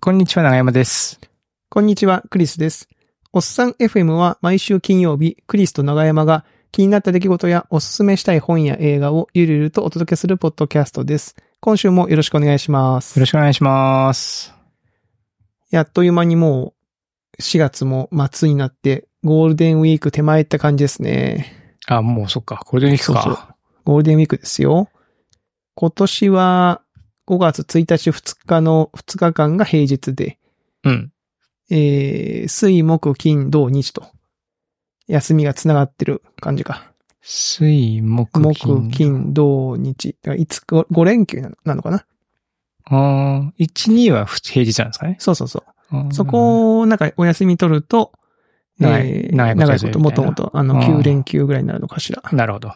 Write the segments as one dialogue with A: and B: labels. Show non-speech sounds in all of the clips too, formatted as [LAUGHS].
A: こんにちは、長山です。
B: こんにちは、クリスです。おっさん FM は毎週金曜日、クリスと長山が気になった出来事やおすすめしたい本や映画をゆるゆるとお届けするポッドキャストです。今週もよろしくお願いします。
A: よろ
B: し
A: しくお願いします。
B: やっという間にもう4月も末になってゴールデンウィーク手前って感じですね。
A: あ、もうそっか、これでいいか。
B: そうそうゴールデンウィークですよ。今年は5月1日2日の2日間が平日で、
A: うん。
B: えー、水、木、金、土、日と、休みがつながってる感じか。
A: 水、木、
B: 木、金、土、日。だからいつ、5, 連休なのなのかな
A: ああ、1、2は普平日なんですかね。
B: そうそうそ
A: あー
B: う。そ、こを、なんか、お休み取ると、
A: 長い
B: えー
A: 長いこと
B: 長いこと、もともと、あの、
A: あー
B: 9連休ぐらいになるのかしら。
A: なるほど。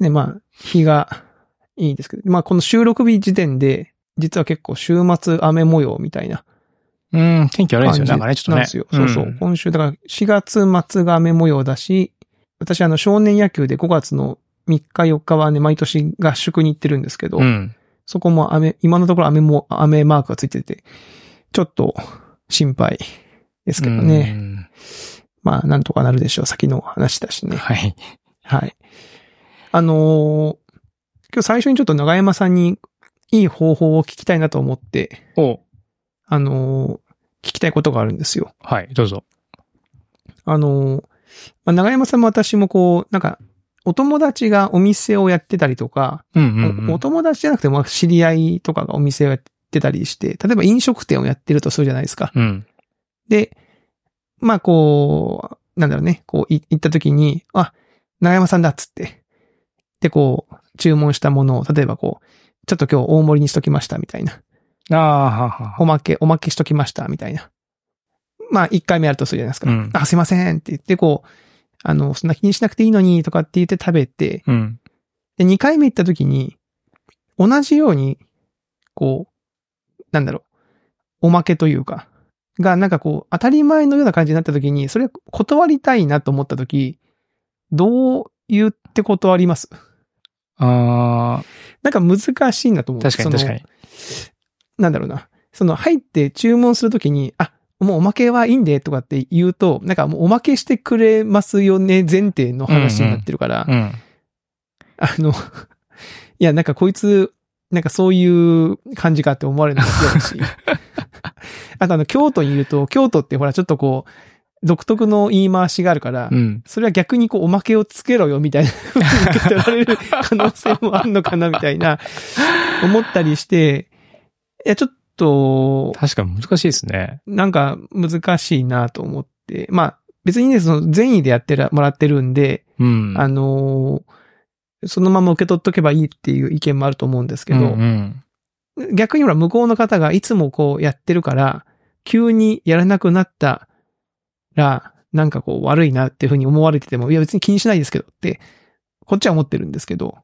B: ね、まあ、日がいいんですけど、まあ、この収録日時点で、実は結構週末雨模様みたいな
A: うん、天気悪いですよ。なんかね、ちょっとね。
B: なんですよ。そうそう。
A: ん
B: 今週、だから4月末が雨模様だし、私あの少年野球で5月の3日4日はね、毎年合宿に行ってるんですけど、
A: うん。
B: そこも雨、今のところ雨も、雨マークがついてて、ちょっと心配ですけどね。
A: ね。
B: まあ、なんとかなるでしょう。先の話だしね。
A: はい。
B: はい。あのー今日最初にちょっと長山さんにいい方法を聞きたいなと思って、
A: お、
B: あのー聞きたいことがあるんですよ。
A: はい、どうぞ。
B: あの、まあ、長山さんも私もこう、なんか、お友達がお店をやってたりとか、
A: うん
B: お
A: うん、う
B: お
A: ん。
B: 友達じゃなくても知り合いとかがお店をやってたりして、例えば飲食店をやってるとするじゃないですか。
A: うん。
B: で、まあこう、なんだろうね、こうい行った時に、あ、長山さんだっつって。で、こう、注文したものを、例えばこう、ちょっと今日大盛りにしときましたみたいな。
A: ああ、はは
B: お
A: は。
B: まけ、おまけしときました、みたいな。まあ、一回目やるとするじゃないですか。
A: うん
B: あ、すいませんって言って、こう、あの、そんな気にしなくていいのに、とかって言って食べて、
A: うん。
B: で、二回目行った時に、同じように、こう、なんだろう、おまけというか、が、なんかこう、当たり前のような感じになった時に、それ断りたいなと思った時、どう言って断ります
A: あ
B: なんか難しいなと思
A: あ、
B: う。
A: 確かに
B: その
A: 確かに。
B: なんだろうな。その入って注文するときに、あ、もうおまけはいいんでとかって言うと、なんかもうおまけしてくれますよね前提の話になってるから、
A: うん。
B: あの、い [LAUGHS] や、なんかこいつ、なんかそういう感じかって思われるのが嫌だし。
A: [LAUGHS]
B: あとあの、京都にいると、京都ってほらちょっとこう、独特の言い回しがあるから、
A: うん。
B: それは逆にこう、おまけをつけろよ、みたいな、受け取られる可能性もあるのかな、みたいな、思ったりして、いや、ちょっと、
A: 確かに難しいですね。
B: なんか難しいなと思って、まあ、別にね、その善意でやってらもらってるんで、
A: うん。
B: あのーそのまま受け取っとけばいいっていう意見もあると思うんですけど、
A: うんうん。
B: 逆にほら、向こうの方がいつもこうやってるから、急にやらなくなったら、なんかこう悪いなっていうふうに思われてても、いや別に気にしないですけどって、こっちは思ってるんですけど、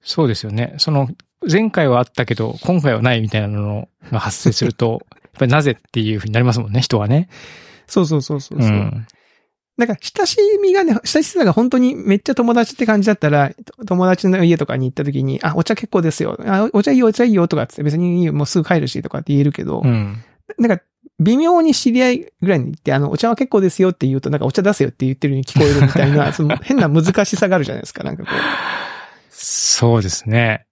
A: そうですよね。その、前回はあったけど、今回はないみたいなのが発生すると、 [LAUGHS] やっぱりなぜっていうふうになりますもんね、人はね。
B: そうそうそうそう
A: う
B: そう。
A: ん。
B: なんか、親しみがね、親しさが本当にめっちゃ友達って感じだったら、と友達の家とかに行った時に、あ、お茶結構ですよ。あ、お茶いいよ、お茶いいよとかっつって別にいいよ、もうすぐ帰るしとかって言えるけど、
A: うん。
B: なんか、微妙に知り合いぐらいに行って、あの、お茶は結構ですよって言うと、なんかお茶出せよって言ってるように聞こえるみたい
A: [LAUGHS]
B: な、その変な難しさがあるじゃないですか、なんかこう。
A: そうですね。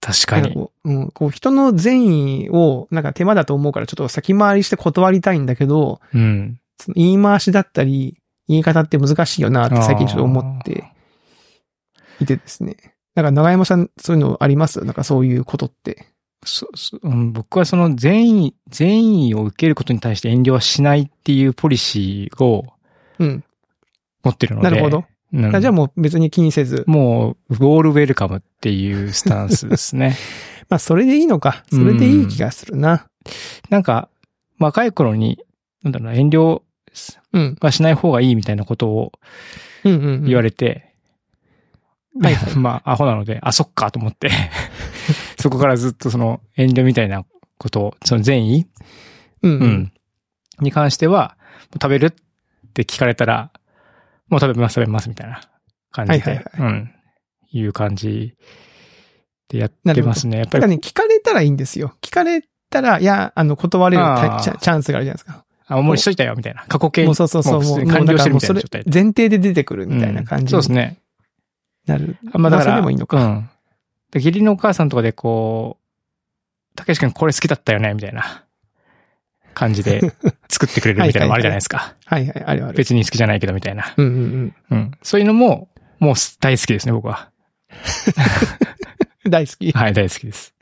A: 確か
B: なんか
A: に。
B: こう、うん、こう人の善意を、なんか手間だと思うからちょっと先回りして断りたいんだけど、
A: うん。
B: その言い回しだったり、言い方って難しいよなって最近ちょっと思っていてですね。なんか長山さん、そういうのありますなんかそういうことって。
A: そそうん僕はその善意、善意を受けることに対して遠慮はしないっていうポリシーを
B: うん。
A: 持ってるので。
B: なるほど。
A: うん。
B: あじゃあもう別に気にせず。
A: もう、ウォールウェルカムっていうスタンスですね。 [LAUGHS]
B: まあそれでいいのか。それでいい気がするな。
A: なんか、若い頃に、なんだろうな、遠慮
B: うん。
A: はしない方がいいみたいなことを
B: うんうん、うん。
A: 言われて、
B: はい
A: [LAUGHS]
B: は
A: まあ、アホなので、あ、そっかと思
B: [LAUGHS]
A: って、そこからずっとその遠慮みたいなことを、その善意、
B: うんう。
A: うんん、に関しては、食べるって聞かれたら、もう食べます、食べますみたいな感じで、
B: はいはい
A: うん、いう感じでやってますね。やっぱ
B: なん
A: り
B: か、ね、聞かれたらいいんですよ。聞かれったら、いや、あの、断れる
A: あー
B: チャチャンスがあるじゃないですか。
A: あ、もうしといたよ、みたいな。過去形
B: もうそうそうそう、
A: も
B: も
A: う普通
B: う、
A: に
B: もう
A: 完
B: だ
A: 了
B: か
A: して
B: ら
A: る
B: もう
A: みた
B: そ
A: いな
B: れ
A: 状態、
B: 前提で出てくるみたいな感じ
A: うんそうです
B: に
A: ね。
B: なる。
A: あまあだから
B: それでもいいのか。
A: うん。で義理のお母さんとかでこう、たけし君これ好きだったよね、みたいな感じで作ってくれるみたいなのもあるじゃないですか。
B: はいはい、あるある。
A: 別に好きじゃないけどみたいな。
B: うんうんうん。
A: うん。そういうのも、もう大好きですね、僕は。
B: 大好き。
A: はい、大好きです。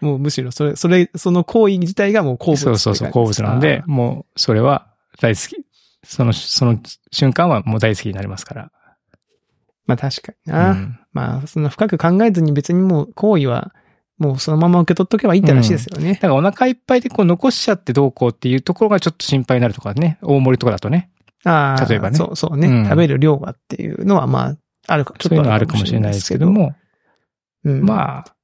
B: もうむしろそれ、それ、その行為自体がもう好物って
A: そ
B: 感
A: う
B: じ
A: そうそう、好物なんで、。もうそれは大好き。その、その瞬間はもう大好きになりますから。
B: まあ確かに
A: う
B: な。
A: ん
B: まあその深く考えずに別にもう行為は、もうそのまま受け取っとけばいいって話ですよね
A: だ。からお腹いっぱいでこう残しちゃってどうこうっていうところがちょっと心配になるとかね。大盛りとかだとね。
B: ああ、
A: 例えばね
B: そうそうね、
A: うん
B: 食べる量がっていうのはまあ、あるか、ちょ
A: そう
B: っ
A: いう
B: と
A: のあるかもしれないですけど。も。
B: うん、まあ、
A: まあ。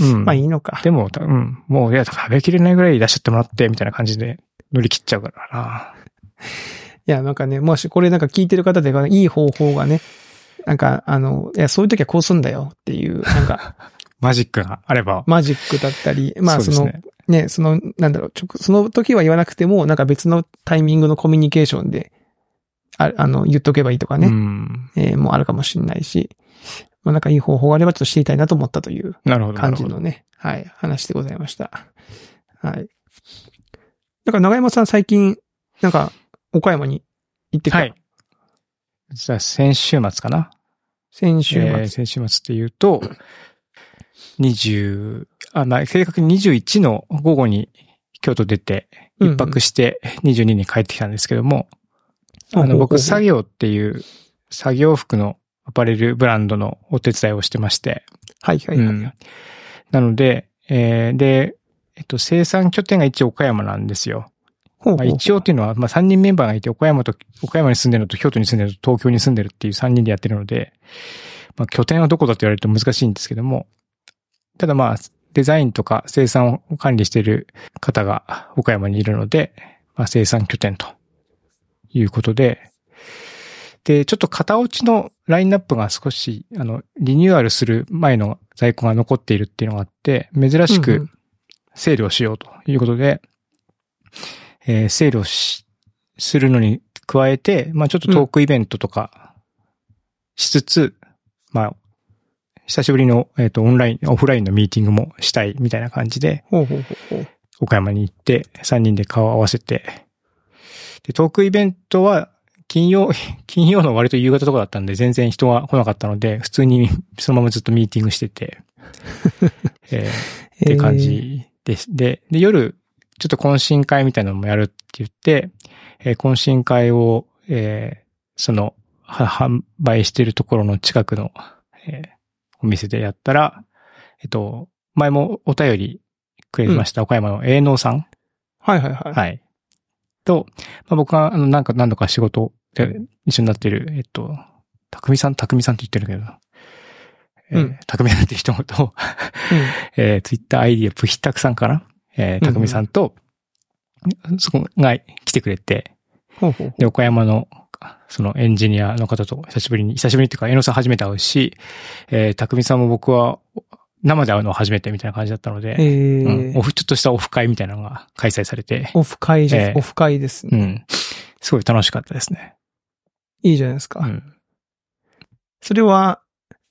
A: うん。
B: まあいいのか。
A: でも、たうん。もう、いや、食べきれないぐらい出しちゃってもらって、みたいな感じで乗り切っちゃうから
B: いや、なんかね、もしこれなんか聞いてる方で、いい方法がね、なんか、あの、いや、そういう時はこうすんだよっていう、な
A: [LAUGHS]
B: んか、
A: な。マジックがあれば。
B: マジックだったり、まあ、そ
A: そう
B: の、
A: ですね
B: ね、その、なんだろう、ちょその時は言わなくても、なんか別のタイミングのコミュニケーションで、ああの、言っとけばいいとかね、
A: うん。
B: えーもうあるかもしれないし、まあ、なんかいい方法があればちょっと知りたいなと思ったという
A: なるほど。な
B: 感
A: る
B: じ
A: ほど。
B: のね、はい、話でございました。はい。だから長山さん最近、なんか、岡山に行ってきた。
A: はい。じゃあ、先週末かな。
B: 先週末。
A: えー先週末っていうと、20、あ、まあ、正確に21の午後に京都出て、
B: うんうん
A: 一泊して22に帰ってきたんですけども、あ
B: ほうほうほ
A: の、
B: う
A: 僕、作業っていう作業服のアパレルブランドのお手伝いをしてまして、
B: はいはいは
A: う
B: いはい。
A: ん。なので、えーで、えっと、生産拠点が一応岡山なんですよ。
B: ほうほう
A: まあ、一応っていうのは、まあ、3人メンバーがいて、岡山と、岡山に住んでるのと、京都に住んでるのと、東京に住んでるっていう3人でやってるので、まあ、拠点はどこだって言われると難しいんですけども、ただまあ、デザインとか生産を管理している方が岡山にいるので、まあ、生産拠点ということで、で、ちょっと型落ちのラインナップが少し、あの、リニューアルする前の在庫が残っているっていうのがあって、珍し
B: うんう
A: く
B: ん
A: セールをしようということで、えーセールをし、するのに加えて、まあちょっとトークイベントとかしつつ、まあ久しぶりの、えっ、と、オンライン、オフラインのミーティングもしたいみたいな感じで、
B: ほうほうほうほう。
A: 岡山に行って、3人で顔を合わせて、で、トークイベントは、金曜、 [LAUGHS] 金曜の割と夕方とかだったんで、全然人が来なかったので、普通にそのままずっとミーティングしてて、えーって感じです。で、で、夜、ちょっと懇親会みたいなのもやるって言って、えー懇親会を、えーその、は販売してるところの近くの、えーお店でやったら、えっと、前もお便りくれました、岡山の営農さん。
B: えーはいはいはい。
A: はい。と、まあ、僕は、あの、なんか何度か仕事で一緒になってる、えっと、匠さん、匠さんって言ってるけど、えー
B: うん
A: 匠さんって人と、えー、ツイッター ID はプヒタクさんかなえー、
B: うんうん
A: 匠さんと、そこが来てくれて、
B: うんほうほうほ
A: で、岡山の、そのエンジニアの方と久しぶりに、久しぶりっていうか、江野さん初めて会うし、えー、匠さんも僕は生で会うのは初めてみたいな感じだったの
B: う。え
A: で、うん
B: ー
A: オフ、ちょっとしたオフ会みたいなのが開催されて、
B: オフ会じゃん
A: えー
B: オフ会です
A: う
B: ね。
A: ん。すごい楽しかったですね。
B: いいじゃないです
A: う
B: か。
A: ん。
B: それは、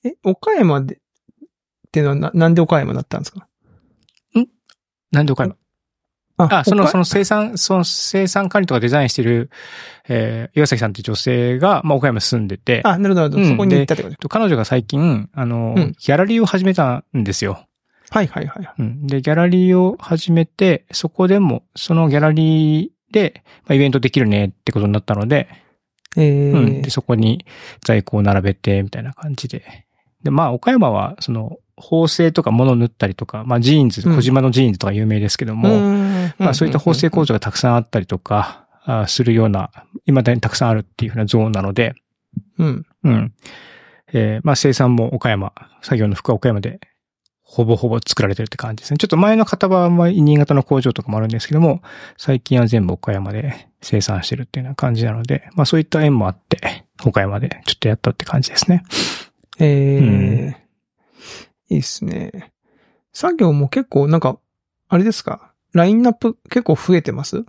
B: え、岡山で、っていうのはな、なんで岡山だったんですか
A: なんで岡山あ、その、そ
B: の、
A: の生産、その生産管理とかデザインしてる、えー、岩崎さんっていう女性が、まあ、岡山住んでて、
B: あ、なるほど、な
A: う
B: るほど。
A: ん
B: そこに行ったってこと
A: えっと彼女が最近、あの、
B: うん
A: ギャラリーを始めたんですよ。
B: はいはいはい。
A: うん。で、ギャラリーを始めて、そこでも、そのギャラリーで、まあ、イベントできるねってことになったので、
B: え
A: うん。
B: ー
A: で、そこに在庫を並べて、みたいな感じで。で、まあ、岡山は、その、縫製とか物を縫ったりとか、まあ、ジーンズ、
B: うん
A: 小島のジーンズとか有名ですけども、
B: ん
A: まあ、そういった縫製工
B: 場。
A: 場がたくさんあったりとか、あーするような、未だにたくさんあるっていうふうなゾーンなので、
B: うん。
A: うん。えーまあ生産も岡山、作業の服は岡山で、ほぼほぼ作られてるって感じですね。ちょっと前の型はまあ新潟の工場とかもあるんですけども、最近は全部岡山で生産してるっていうような感じなので、まあそういった縁もあって、岡山でちょっとやったって感じですね。
B: えー
A: うん
B: いいっすね。作業も結構なんか、あれですかラインナップ結構増えてます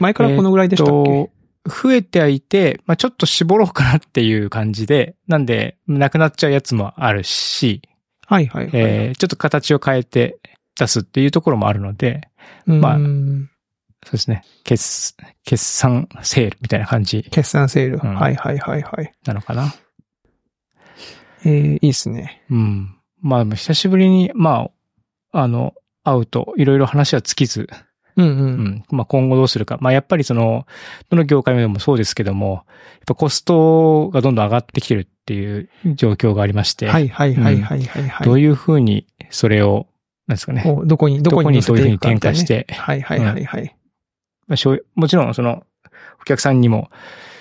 B: 前からこのぐらいでしたっけ、
A: と、増えてはいて、まあ、ちょっと絞ろうかなっていう感じで、なんで、なくなっちゃうやつもあるし、
B: はいはいはい、
A: えーちょっと形を変えて出すっていうところもあるので、まあ
B: うん
A: そうですね。決、決算セールみたいな感じ
B: 決算セール、
A: うん
B: はいはいはいはい。
A: なのかな。
B: えー、いいですね。
A: うん。まあ、でも久しぶりに、まあ、あの、会うと、いろいろ話は尽きず、
B: うんう。
A: うんん。まあ、今後どうするか。まあ、やっぱりその、どの業界でもそうですけども、やっぱコストがどんどん上がってきてるっていう状況がありまして、
B: はいはいはいはいはい、はい
A: どういうふうにそれを、なんですかね。
B: こうどこに、どこに乗せ
A: どこにどう
B: て
A: いうふ
B: いく
A: う
B: か
A: に
B: みた
A: 転化
B: いな
A: し
B: ね。
A: て、
B: はいはいはいはい。
A: まあ、しょうもちろんその、お客さんにも、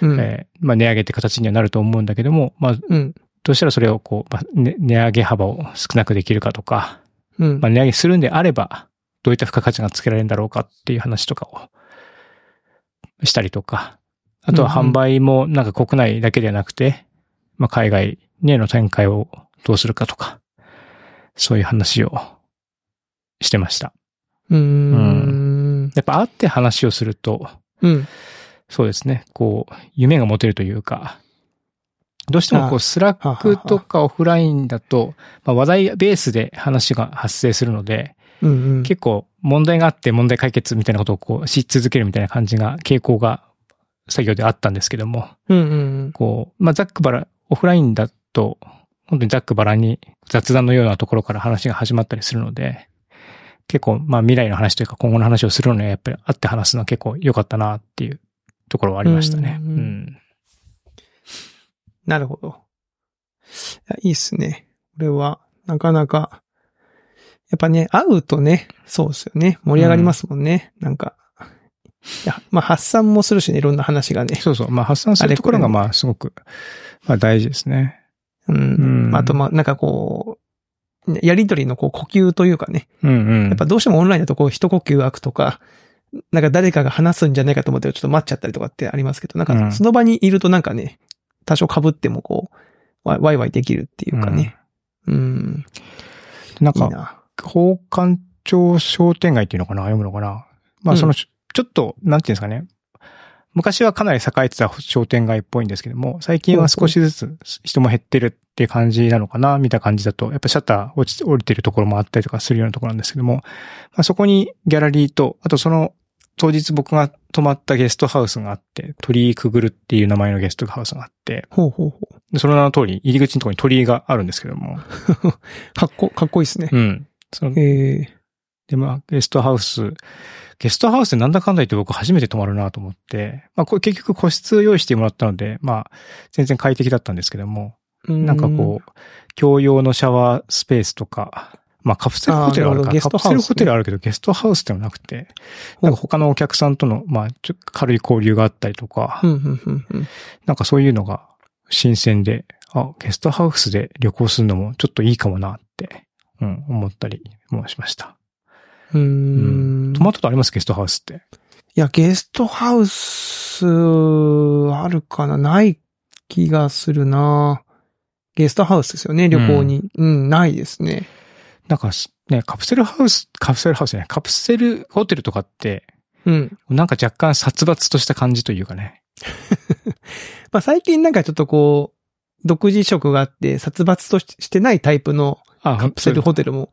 B: うん。
A: えーまあ、値上げって形にはなると思うんだけども、まあ、
B: うん。
A: どうしたらそれをこう、まあね値上げ幅を少なくできるかとか、
B: うん
A: まあ、値上げするんであれば、どういった付加価値がつけられるんだろうかっていう話とかをしたりとか、あとは販売もなんか国内だけではなくて、まあ、海外への展開をどうするかとか、そういう話をしてました。
B: うーん。
A: やっぱ会って話をすると、
B: うん。
A: そうですね。こう、夢が持てるというか、どうしてもこ
B: あ
A: う、スラックとかオフラインだと、まあ、話題ベースで話が発生するので、
B: うんうん。
A: 結構問題があって問題解決みたいなことをこう、し続けるみたいな感じが、傾向が作業であったんですけども、
B: うんうん
A: こう、まあ、ざっくばら、オフラインだと、本当にざっくばらんに雑談のようなところから話が始まったりするので、結構、まあ、未来の話というか今後の話をするのにはやっぱり会って話すのは結構良かったなっていうところはありましたね。
B: う
A: うんん,、
B: なるほど。いやいいっすね。これは、なかなか、やっぱね、会うとね、そうですよね。盛り上がりますもんね。なんか。いや、まあ発散もするしね、いろんな話がね。
A: そうそう。まあ、発散するところがまあ、すごく、まあ、大事ですね。
B: うん。
A: うん
B: あと、まあ、なんかこう、ねやりとりのこう呼吸というかね。
A: うんうん。
B: やっぱどうしてもオンラインだとこう一呼吸空くとか、なんか誰かが話すんじゃないかと思ってちょっと待っちゃったりとかってありますけど、なん
A: う
B: か
A: ん
B: その場にいるとなんかね、多少被ってもこう、わワイワイできるっていうかね。うん。
A: なん
B: いい
A: か、
B: な。
A: 宝冠町商店街っていうのかな読むのかなまあその、ちょっと、なんていうんですかね。昔はかなり栄えてた商店街っぽいんですけども、最近は少しずつ人も減ってるって感じなのかな見た感じだと、やっぱシャッター落ち、降りてるところもあったりとかするようなところなんですけども、まあ、そこにギャラリーと、あとその当日僕が泊まったゲストハウスがあって、鳥居くぐるっていう名前のゲストハウスがあって、
B: ほうほうほう。
A: でその名の通り入り口のところに鳥居があるんですけども、
B: かっこ、かっこいいですね。
A: うん。その
B: ええ
A: で、まあ、ゲストハウス、ゲストハウスでなんだかんだ言って僕初めて泊まるなと思って、まあ、これ結局個室用意してもらったので、まあ、全然快適だったんですけども、なんかこう、共用のシャワースペースとか、まあ、カプセルホテルはある
B: あー
A: か
B: なるほどゲ
A: ら、
B: ス
A: カ
B: ト
A: プ
B: ハ
A: セ
B: ウスね
A: ルホテルはあるけど、ゲストハウスではなくて、
B: ほう
A: なんか他のお客さんとの、まあ、ちょ軽い交流があったりとか、
B: うん、うん、うん、うん。
A: なんかそういうのが新鮮で、あ、ゲストハウスで旅行するのもちょっといいかもなって、うん、思ったりもしました。
B: うーん。
A: 泊まったことありますゲストハウスって。
B: いや、ゲストハウス、あるかなない気がするなゲストハウスですよね、旅行に。うん、ないですね。
A: なんかす、ね、カプセルハウス、カプセルハウスじゃない、カプセルホテルとかって、
B: うん。
A: なんか若干殺伐とした感じというかね。
B: まあ最近なんかちょっとこう、独自色があって、殺伐とししてないタイプの
A: あ、
B: カプセルホテルも、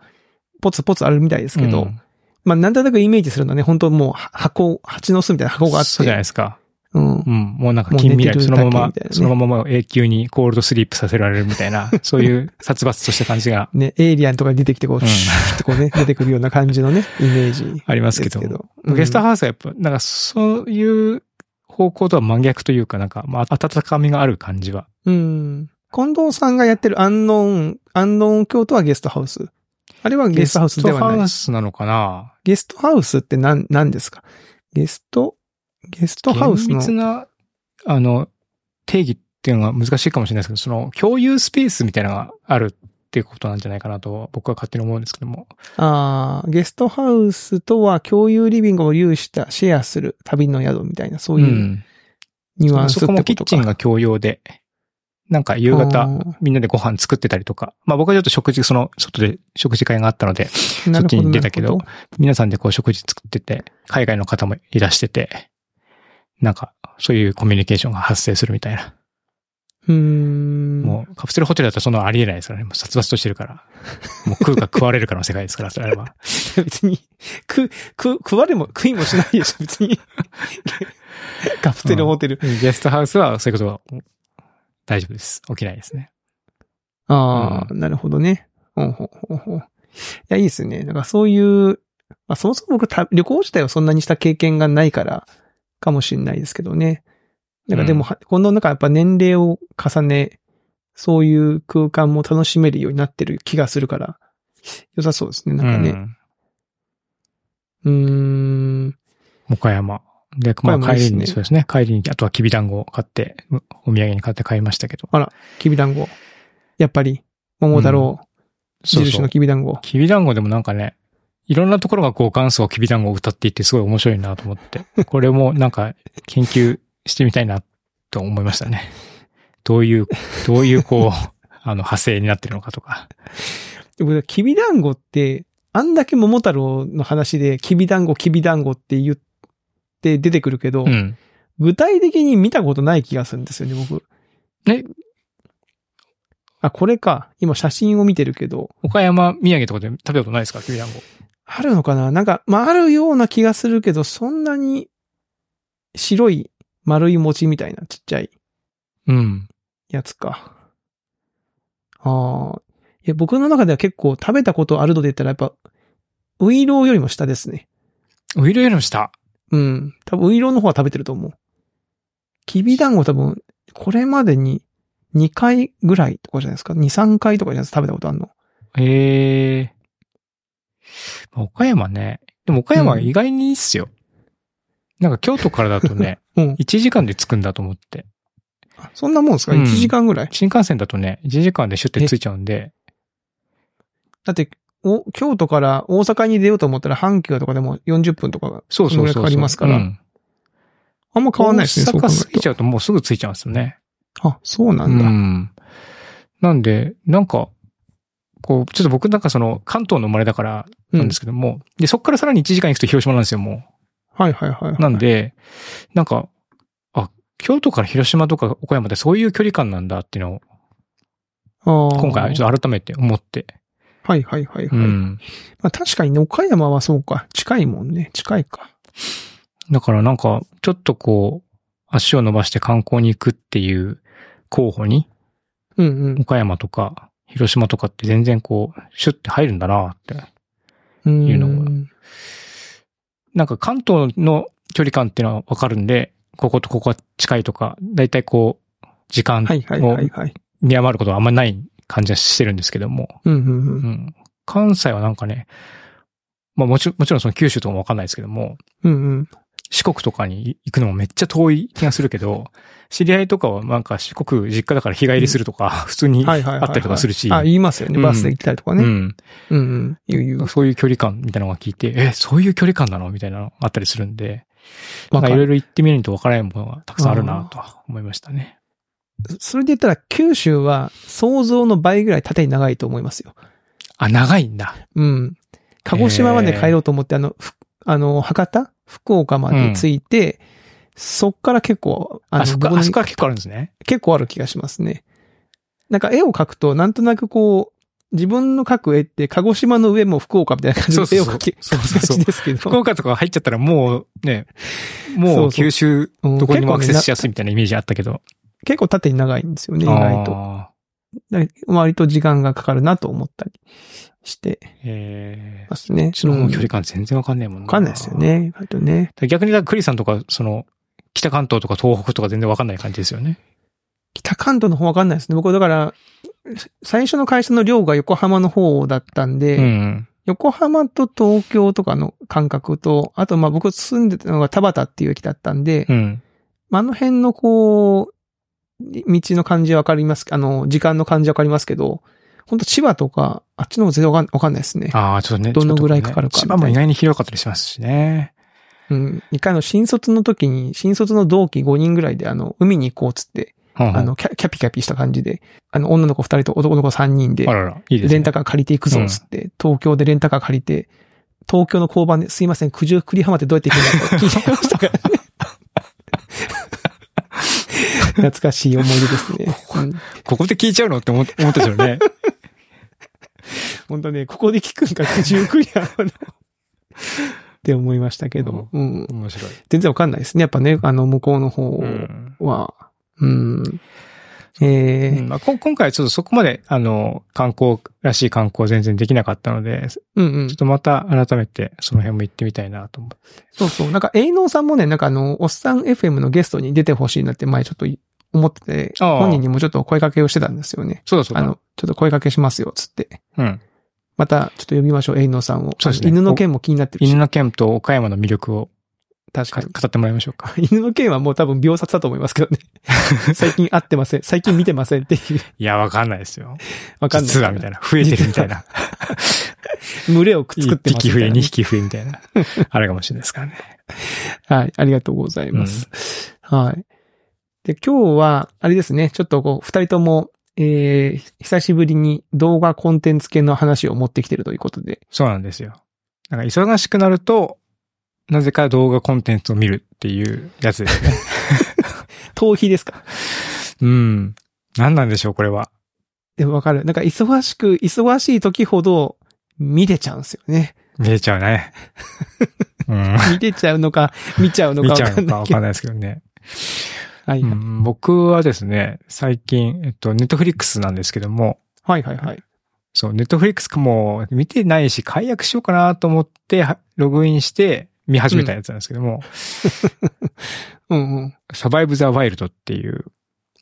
B: ポツポツあるみたいです
A: そう
B: け
A: です
B: ど、
A: うん
B: まあなんとなくイメージするのはね、本当もうは箱、蜂の巣みたいな箱があって、
A: そうじゃないですか。
B: うん
A: う。ん。もうなんか近未
B: もう寝て
A: 来、
B: る
A: そのまま、
B: だけみたいなね
A: そのまま永久にコールドスリープさせられるみたい
B: [LAUGHS]
A: な、そういう殺伐とした感じが
B: ね、エイリアンとかに出てきてこう、
A: うん
B: シューってこ
A: [LAUGHS]
B: うね、出てくるような感じのね、イメージ。
A: ありますけど。
B: うん
A: ゲストハウスはやっぱ、なんかそういう方向とは真逆というか、なんか、まあ、温かみがある感じは。
B: うん。近藤さんがやってるアンノーン、アンノーン教とはゲストハウス。あれはゲストハウスではな
A: ゲスト
B: い
A: ハウ。スなのかな
B: ゲストハウスって何、何ですかゲスト、ゲストハウス
A: 厳
B: の。
A: 密な、あの、定義っていうのが難しいかもしれないですけど、その共有スペースみたいなのがあるっていうことなんじゃないかなと僕は勝手に思うんですけども。
B: ああ、ゲストハウスとは共有リビングを有した、シェアする旅の宿みたいな、そういううニュアンスって
A: そ
B: こ
A: こと
B: か。
A: もキッチンが共用で、なんか夕
B: あ
A: 方、
B: ー
A: みんなでご飯作ってたりとか。まあ僕はちょっと食事、その、外で食事会があったので、
B: な
A: そっ
B: る
A: ち
B: ほど
A: に出たけど
B: なるほ、
A: 皆さんでこう食事作ってて、海外の方もいらしてて、なんか、そういうコミュニケーションが発生するみたいな。
B: うーん。
A: もう、カプセルホテルだとそんなのありえないですからね。もう殺伐としてる [LAUGHS] から。もう食うか食われるかの世界ですから、それは。
B: 別に、く、く、食われも、食いもしない
A: [LAUGHS]
B: でしょ、別に。カプセルホテル。
A: ゲストハウスはそういうことはお大丈夫です。起きないですね。
B: ああ、なるほどね。ほうほうほうほう。いや、いいですね。だからそういう、まあ、そもそも僕た旅行自体はそんなにした経験がないから、かもしれないですけどね。なんかでも、
A: うん
B: はこのなんかやっぱ年齢を重ね、そういう空間も楽しめるようになってる気がするから、良さそうですね。なんか
A: う
B: ね。
A: ん
B: うーん。
A: 岡山。で、
B: 岡
A: ま
B: 山
A: あ
B: いいっ
A: 帰
B: す
A: り
B: ね
A: に、そうですね。帰りに、あとはきびだんごを買って、おお土産に買って帰りましたけど。
B: きびだんご。やっぱり、桃太郎、
A: そう
B: 印
A: そう
B: の。きびだんご。
A: きびだんごでもなんかね、いろんなところがこう元祖きびだんごを歌っていてすごい面白いなと思って、これもなんか研究してみたいなと思いましたね。どういう、どういうこう、あの派生になってるのかとか。
B: でも、きびだんごって、あんだけ桃太郎の話で、きびだんご、きびだんごって言って出てくるけど、
A: うん。
B: 具体的に見たことない気がするんですよね、僕。
A: え
B: あ、これか。今写真を見てるけど、
A: 岡山土産とかで食べたことないですかきびだんご。
B: あるのかななんか、まあ、あるような気がするけど、そんなに、白い丸い餅みたいなちっちゃい
A: うん。
B: やつか。ああ。いや、僕の中では結構食べたことあるので言ったら、やっぱ、ウイローよりも下ですね。
A: ウイルよりも下。
B: うん。多分、ウイローの方は食べてると思う。きびだんご多分、これまでに2回ぐらいとかじゃないですか。2、3回とかじゃないですか。食べたことあるの。
A: へえ。まあ岡山ね。でも岡山は意外にいいっすよ。なんか京都からだとね、
B: [LAUGHS] うん。
A: 1時間で着くんだと思って。
B: そんなもんですか、
A: うん
B: ?1 時間ぐらい。
A: 新幹線だとね、1時間でシュッて着いちゃうんで、
B: だって、お、京都から大阪に出ようと思ったら、阪急とかでも40分とか、
A: そうそうそうそう。
B: そのぐらいかかりますから
A: うん
B: あんま変わんないですね、そう
A: 大
B: 考え
A: 阪過ぎ
B: る
A: ち
B: と。
A: ゃうともうすぐ着いちゃうんですよね。
B: あ、そうなんだ。
A: うん。なんで、なんか、こう、ちょっと僕なんかその、関東の生まれだからなんですけども、で、そっからさらに1時間行くと広島なんですよ、も
B: はいはいはい、は
A: う。
B: い。
A: なんで、なんか、あ、京都から広島とか岡山ってそういう距離感なんだっていうのを、今
B: 今
A: 回ちょっと改めて思って。
B: はいはいはいは
A: う
B: い。
A: ん。
B: まあ確かにね、岡山はそうか。近いもんね。近いか。
A: だからなんか、ちょっとこう、足を伸ばして観光に行くっていう候補に、
B: うんうん
A: 岡山とか、広島とかって全然こう、シュッて入るんだなって。。
B: うん
A: いうのがなんか関東の距離感っていうのはわかるんで、こことここは近いとか、だいたいこう、時間
B: はいはいは
A: を
B: いはい。
A: 見余ることはあんまない感じはしてるんですけども。
B: うんうんう。
A: うんん。関西はなんかね、まあもちもちろんその九州とかもわかんないですけども、
B: うんうん。
A: 四国とかに行くのもめっちゃ遠い気がするけど、知り合いとかはなんか四国実家だから日帰りするとか、 [LAUGHS] 普通に
B: はいはいはい、
A: あったりとかするし
B: あ、言いますよね。バスで行ったりとか
A: う
B: ね。
A: ん。
B: うん、うん、言う言う。
A: そういう距離感みたいなのが聞いて、え、そういう距離感なのみたいなのあったりするんで、なん
B: わ
A: か
B: か
A: いろい
B: る。
A: ろ行ってみると分からないものがたくさんあるなとは思いましたね。
B: それで言ったら、九州は想像の倍ぐらい縦に長いと思いますよ。
A: あ、長いんだ。
B: うん。鹿児島まで帰ろうと思って、あの、ふあの、博多福岡まで着いて、そっから結構、あ
A: あ
B: の、
A: そこ、
B: 僕の
A: あそこは結構あるんですね。
B: 結構ある気がしますね。なんか絵を描くと、なんとなくこう、自分の描く絵って、鹿児島の上も福岡みたいな感じで絵を描き、
A: そう
B: 描
A: そうそう
B: きがちですけど。
A: 福岡とか入っちゃったらもうね、
B: そ
A: も
B: う
A: う
B: そう
A: 九州
B: うん
A: どこにもアクセスし
B: 結構ね
A: やすいみたいなイメージあったけど。
B: な結構縦に長いんですよね、意外と。
A: あ
B: だから割と時間がかかるなと思ったりして
A: ー。えー、
B: ますね。
A: その距離感
B: 感
A: 全然分かんないもんな
B: わかんないですよ。ね。意外とね。
A: 逆にだからクリさんとか、その、北関東とか東北とか全然分かんない感じですよね。
B: 北関東の方わかんないですね。僕だから、最初の会社の寮が横浜の方だったんで、
A: うん。
B: 横浜と東京とかの感覚と、あとまあ僕住んでたのが田端っていう駅だったんで、
A: うん。
B: まああの辺のこう、道の感じはわかります。あの、時間の感じわかりますけど、本当千葉とか、あっちの方全然わかんわかんないですね。
A: ああ、ちょっとね。
B: どのぐらいかかるか
A: 千葉も意外に広かったりしますしね。
B: うん。一回あの新卒の時に、新卒の同期5人ぐらいであの、海に行こうっつって、
A: はんは
B: あ
A: ん
B: の、キャキャピキャピした感じで、あの、女の子2人と男の子3人で
A: あ、らら、いいですね。
B: レンタカー借りていくぞ、つって、東京でレンタカー借りて、東京の交番で、すいません、九十九里浜ってどうやって行くんですかって聞いてまし
A: [LAUGHS]
B: たからね。懐かしい思い出ですね。うん
A: ここで聞いちゃうのって [LAUGHS] 思思ったでしょうね。
B: 本当ね、こ [LAUGHS] こで聞くんか、九十九里浜の。って思いましたけど、うん。
A: 面白い。
B: 全然わかんないですね。やっぱね、あの、向こうの方
A: うん
B: は、うん。えー
A: まあ、こ今回はちょっとそこまで、あの、観光らしい観光は全然できなかったので、ちょ
B: うんうん
A: っ。とまた改めてその辺も行ってみたいなと思って。
B: そうそう。なんか、営農さんもね、なんかあの、おっさん FM のゲストに出てほしいなって前ちょっと思ってて、
A: ああ
B: 本人にもちょっと声かけをしてたんですよね。
A: そうだそうだ。
B: あの、ちょっと声かけしますよ、つって。
A: うん。
B: また、ちょっと呼びましょう、営農さんを。
A: そうですね
B: 犬の件も気になってる
A: 犬
B: し。
A: の県と岡山の魅力を
B: 確
A: か
B: か
A: 語
B: に。
A: ってもらいましょうか。
B: 犬の件はもう多分秒殺だと思いますけど
A: [LAUGHS]
B: ね。最近会ってません。最近見てませんっていう。
A: いや、わかんないですよ。
B: わかんない。
A: 実はみたいな。増えてるみたい [LAUGHS] な。
B: 群れをくっつく
A: 一
B: ってます
A: 匹増
B: みた
A: え、
B: いな
A: 二匹増えみたいな。 [LAUGHS] あれかもしれないですからね。
B: はい、ありがとうございます。はい。で、今日は、あれですね、ちょっとこう、二人とも、えー、久しぶりに動画コンテンツ系の話を持ってきてるということで、
A: そうなんですよ。なんか忙しくなると、なぜか動画コンテンツを見るっていうやつですね。
B: 逃避ですか
A: うん。何なんでしょう、これは。
B: でもわかる。なんか、忙しく、忙しい時ほど、見れちゃうんですよね。
A: 見えちゃう
B: [LAUGHS]
A: ね。うん。
B: 見れちゃうの
A: [LAUGHS]
B: か、見ちゃうのか
A: 見
B: わ
A: ちゃ
B: か
A: うんのか
B: ない
A: わ
B: け
A: かん
B: ど。
A: ないですけどね。
B: はい、
A: うん僕はですね、最近、えっと、ネットフリックスなんですけども、
B: はい、はい、はい。
A: そう、ネットフリックスも見てないし、解約しようかなと思って、はログインして見始めたやつなんですけども、
B: うん、うん。
A: サバイブ・ザ・ワイルドっていう、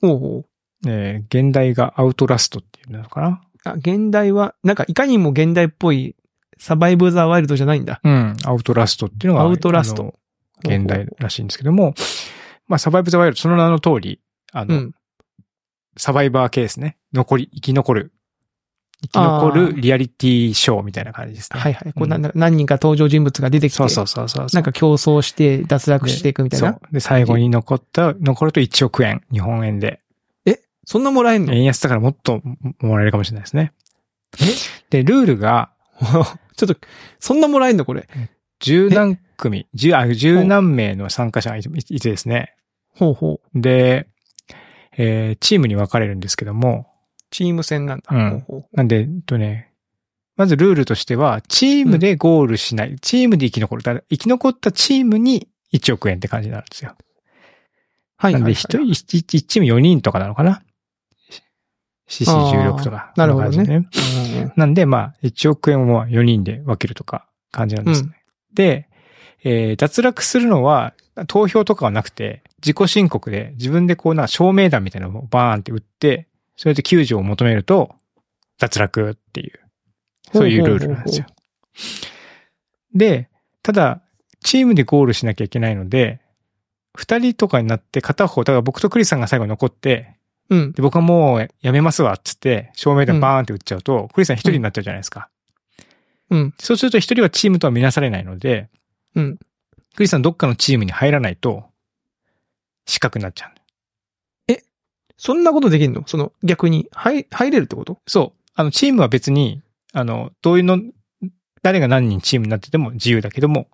B: おうおう
A: えー現代がアウトラストっていうのかな。
B: あ、現代は、なんか、いかにも現代っぽい、サバイブ・ザ・ワイルドじゃないんだ。
A: うん、アウトラストっていうのが、
B: アウトラスト
A: あの。現代らしいんですけども、まあ、サバイブ・ザ・ワイルド、その名の通り、あ
B: う
A: の、
B: ん。
A: サバイバー系ですね。残り、生き残る。生き残
B: あ
A: る
B: ー
A: リアリティショーみたいな感じですね。
B: はいはい。こうな
A: うん
B: な何人か登場人物が出てきて、
A: そうそうそうそう。
B: なんか競争して脱落していくみたい
A: そ
B: な
A: う。。で、最後に残った、残ると1億円、日本円で。
B: え、そんなもらえんのち
A: 円安だからもっともらえるかもしれないですね。で、ルールが
B: ょっと、そんなもらえんのこれ。
A: 10何組、10、あ、10何名の参加者がいていてですね。
B: ほうほう。
A: で、えーチームに分かれるんですけども、
B: チーム戦なんだ。
A: うん
B: ほうほう
A: なんで、えっとね、まずルールとしては、チームでゴールしない、チームで生き残る。だから生き残ったチームに1億円って感じになるんですよ。
B: はいは
A: ないんで
B: はい。
A: 一人、一一一チーム4人とかなのかな ?CC16 とか。
B: あーなるほどね
A: そん感じで
B: うんうん
A: なんで、まあ、1億円を4人で分けるとか、感じなんですね。で、えー脱落するのは、投票とかはなくて、自己申告で、自分でこうな、証明弾みたいなのをバーンって打って、それで救助を求めると、脱落っていう、そういうルールなんですよ。で、ただ、チームでゴールしなきゃいけないので、二人とかになって片方、だから僕とクリスさんが最後に残って、
B: うん。
A: で、僕はもうやめますわ、っつって、照明でバーンって打っちゃうと、クリスさん一人になっちゃうじゃないですか。
B: うん。
A: そうすると一人はチームとは見なされないので、
B: うん。
A: クリスさんどっかのチームに入らないと、失格になっちゃう。
B: そんなことできんのその、逆に。はい、入れるってこと
A: そう。あの、チームは別に、あの、どういうの、誰が何人チームになってても自由だけども、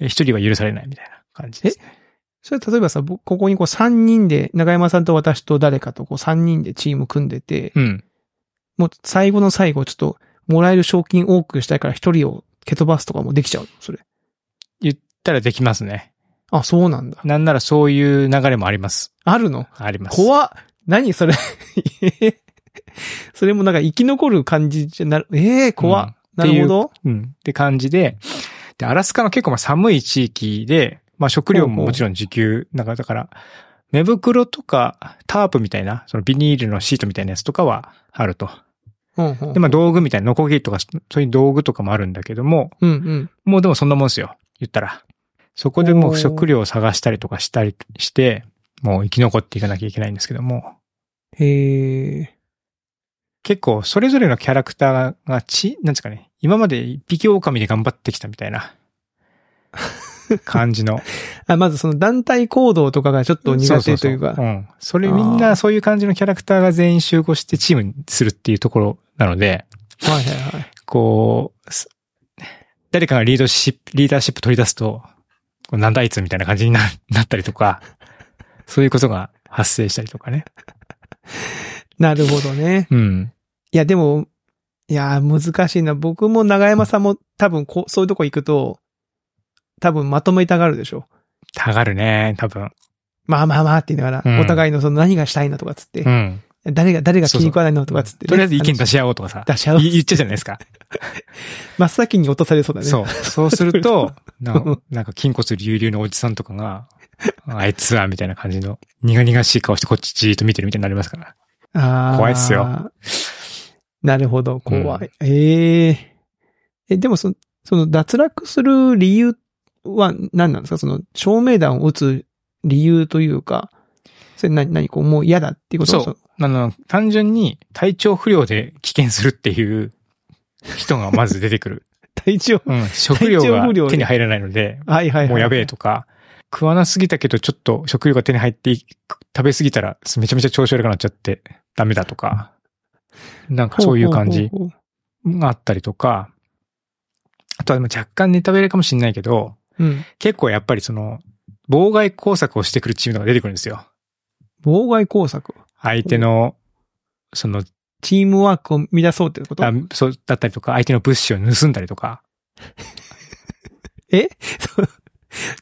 A: え一人は許されないみたいな感じですね。
B: それ例えばさ、僕ここにこう3人で、長山さんと私と誰かとこう3人でチーム組んでて、
A: うん。
B: もう最後の最後ちょっと、もらえる賞金多くしたいから一人を蹴飛ばすとかもできちゃうのそれ。
A: 言ったらできますね。
B: あ、そうなんだ。
A: なんならそういう流れもあります。
B: あるの
A: あります。
B: 怖っ何それ [LAUGHS] それもなんか生き残る感じじゃなる、ええー、怖っ、
A: うん
B: なるほど。
A: うん。って感じで、で、アラスカの結構まあ寒い地域で、まあ食料ももちろん自給、なんかだから、寝袋とかタープみたいな、そのビニールのシートみたいなやつとかはあると。
B: うんうん
A: で、まあ道具みたいな、ノコギリとか、そういう道具とかもあるんだけども、
B: うんうん。
A: もうでもそんなもんですよ。言ったら。そこでも
B: お
A: う
B: ー
A: 食料を探したりとかしたりして、もう生き残っていかなきゃいけないんですけども、
B: へえ。
A: 結構それぞれのキャラクターがち、なんですか
B: [LAUGHS]
A: ね、今まで一匹狼で頑張ってきたみたいな感じの
B: あまずその団体行動とかがちょっと苦手という
A: そそそ
B: か。
A: ん。それみん
B: あ
A: な
B: ー
A: そういう感じのキャラクターが全員集合してチームにするっていうところなので、
B: はいはいはい。
A: こう、す誰かがリードシリーダーシップ取り出すと、こうなんだあいつみたいな感じにな [LAUGHS] なったりとか、そういうことが発生したりとかね。
B: なるほどね。
A: うん。
B: いや、でも、いやー、難しいな。僕も長山さんも多分こう、そういうとこ行くと、多分まとめたがるでしょ。
A: たがるね、多分。
B: まあまあまあって言いなが
A: うん
B: ら、お互いのその何がしたいのとかっつって、
A: うん。
B: 誰が、誰が気に食わないのとかっつってね、
A: とりあえず意見出
B: し、
A: し合おうとかさ。
B: 出し合う。
A: い言っちゃうじゃないですか。
B: 真っ先に落とされそうだね。
A: そう。そうすると、
B: [LAUGHS]
A: なん
B: う
A: か、なんか筋骨隆々のおじさんとかが、あいつは、みたいな感じの、苦々しい顔してこっちじーっと見てるみたいになりますから。
B: あー
A: 怖いっすよ。
B: なるほど、怖い。えええ、でもそ、その脱落する理由は何なんですかその、照明弾を撃つ理由というか、それ何、何こう、もう嫌だっていうこと
A: そう。あの、単純に体調不良で危険するっていう人がまず出てく
B: [LAUGHS]
A: る。
B: 体調。
A: うん。食料
B: 体調
A: が
B: 不良で
A: 手に入らないので、
B: はいはいはい。
A: もうやべえ。とか、食わなすぎたけどちょっと食料が手に入ってい、食べすぎたらめちゃめちゃ調子悪くなっちゃってダメだとか、なんかそういう感じ
B: ほうほうほ
A: があったりとか、あとはでも若干ネタバレかもしれないけど、
B: う。うん。
A: 結構やっぱりその、妨害工作をしてくるチームとか出てくるんですよ。
B: 妨害工作。
A: 相手の、その、
B: チームワークを乱そうってこと
A: あそう、だったりとか、相手の物資を盗んだりとか、
B: えそ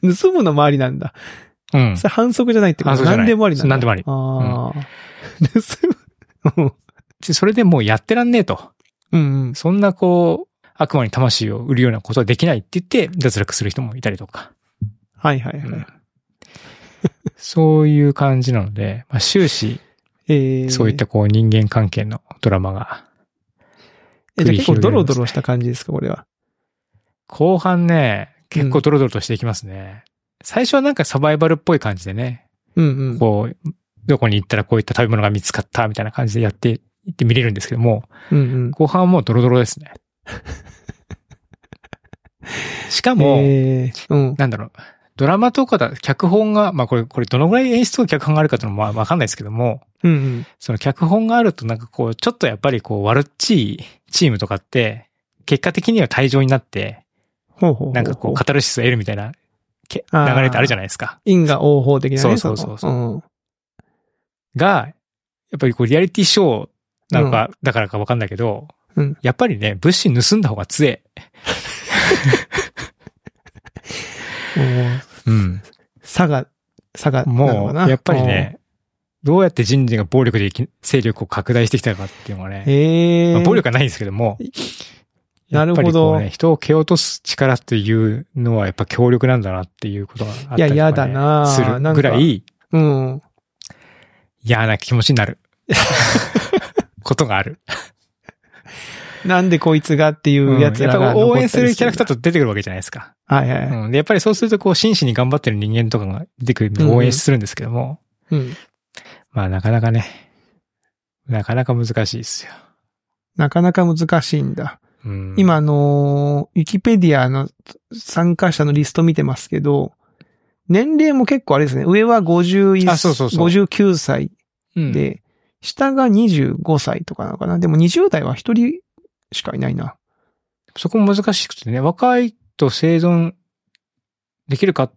B: う盗むのもありなんだ。
A: うん
B: そ。れ反則じゃないってこ
A: 反
B: と
A: 則じゃない
B: 何でもありなんだ。
A: 何でもあり
B: ああ。盗 [LAUGHS] む。
A: でそれでもうやってらんねえと。
B: うんうん。
A: そんなこう、悪魔に魂を売るようなことはできないって言って、脱落する人もいたりとか。
B: はいはい
A: うん
B: [LAUGHS] はい。
A: そういう感じなので、まあ、終始、
B: えー
A: そういったこう人間関係のドラマが。
B: えじゃあ結構
A: 繰り広げ
B: ド
A: られ
B: ロ
A: ますね
B: ドロした感じですか、これは。
A: 後半ね、結構ドロドロとしていきますね。最初はなんかサバイバルっぽい感じでね、
B: うんうん。
A: こう、どこに行ったらこういった食べ物が見つかったみたいな感じでやっていって見れるんですけども、
B: うんうん。
A: 後半はもうドロドロですね。
B: [LAUGHS]
A: しかも、
B: えーうん。
A: なんだろう、ドラマとかだ、脚本が、まあこれ、これどのぐらい演出と脚本があるかというのもまあわかんないですけども、
B: うんうん。
A: その脚本があるとなんかこう、ちょっとやっぱりこう、悪っちいチームとかって、結果的には退場になって、
B: ほうほうほう。
A: なんかこう、カタルシスを得るみたいな、け流
B: あー
A: れってあるじゃないですか。
B: 因果応報的なね。
A: そうそうそうそう
B: の
A: が、やっぱりこう、リアリティショーなのか、だからかわかんないけど、
B: うん
A: やっぱりね、物資盗んだ方が強え。
B: うん。もう
A: うん。
B: 差が、差がなの
A: も
B: か
A: う、
B: な。
A: やっぱりね、どうやって人類が暴力でき勢力を拡大してきたかっていうのは
B: う
A: ね
B: ん。、ええ。
A: まあ暴力はないんですけども、
B: なるほど
A: やっぱりこうね、人を蹴落とす力っていうのはやっぱ強力なんだなっていうことがあったりとか、ね、
B: いや嫌だな
A: す
B: な
A: る
B: んか
A: ぐらい
B: うん。
A: 嫌な気持ちにな
B: [LAUGHS]
A: る。ことがある。
B: なんでこいつがっていうやつら
A: うんやっ
B: が
A: ぱ
B: 残っ
A: 応
B: たり
A: 援
B: す
A: す
B: る。
A: るキャラクターと出てくるわけじゃないですか。
B: はいはいはい。
A: うん、でやっぱりそうするとこう真摯に頑張ってる人間とかが出てくる応援するんですけども、
B: うん。
A: まあなかなかね、なかなか難しいですよ。
B: なかなか難しいんだ。
A: うん、
B: 今、あのー、ウィキペディアの参加者のリスト見てますけど、年齢も結構あれですね。上は51
A: あそうそうそう
B: 59歳
A: うん、
B: で、下が25歳とかなのかな。でも20代は一人しかいないな。
A: そこも難しくてね、若いと生存できるかっ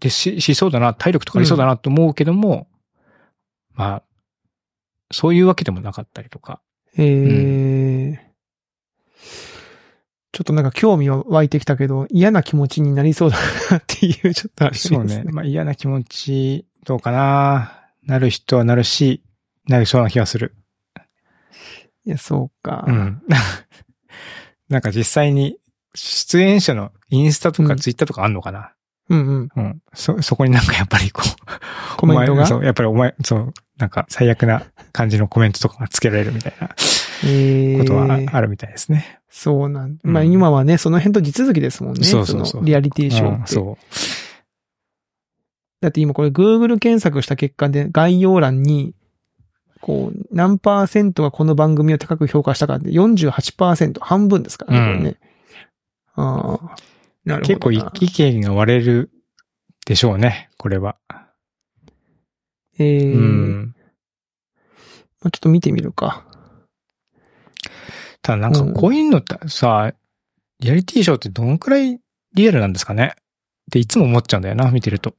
A: てし、しそうだな、体力とかありそうだなと思うけども、まあ、そういうわけでもなかったりとか。
B: えーちょっとなんか興味は湧いてきたけど、嫌な気持ちになりそうだなっていう、ちょっとあれですね。
A: そうね。まあ嫌な気持ち、どうかな。なる人はなるし、なりそうな気がする。
B: いや、そうか。
A: うん。 [LAUGHS] なんか実際に、出演者のインスタと
B: う
A: か
B: ん
A: ツイッターとかあんのかな、
B: うんうん。
A: うん、そ、そこになんかやっぱりこう、
B: コメント
A: お
B: が
A: 前。そう、やっぱりお前、そう、なんか最悪な感じのコメントとかがつけられるみたいな。
B: えー
A: ことはあるみたいですね。
B: そうなん。
A: うん
B: まあ今はね、その辺と地続きですもんね。
A: そうそうそう
B: のリアリティショー
A: う
B: っ
A: ん
B: て。
A: そ
B: だって今これ Google 検索した結果で概要欄に、こう、何パーセントがこの番組を高く評価したかって48%、半分ですからね、これね。あ
A: う。
B: あ。なるほどな。
A: 結構意見が割れるでしょうね、これは。う
B: えー、
A: ん。
B: まあ、ちょっと見てみるか。
A: ただなんか
B: うん
A: こういうのってさ、リアリティショーってどのくらいリアルなんですかねっていつも思っちゃうんだよな、見てると。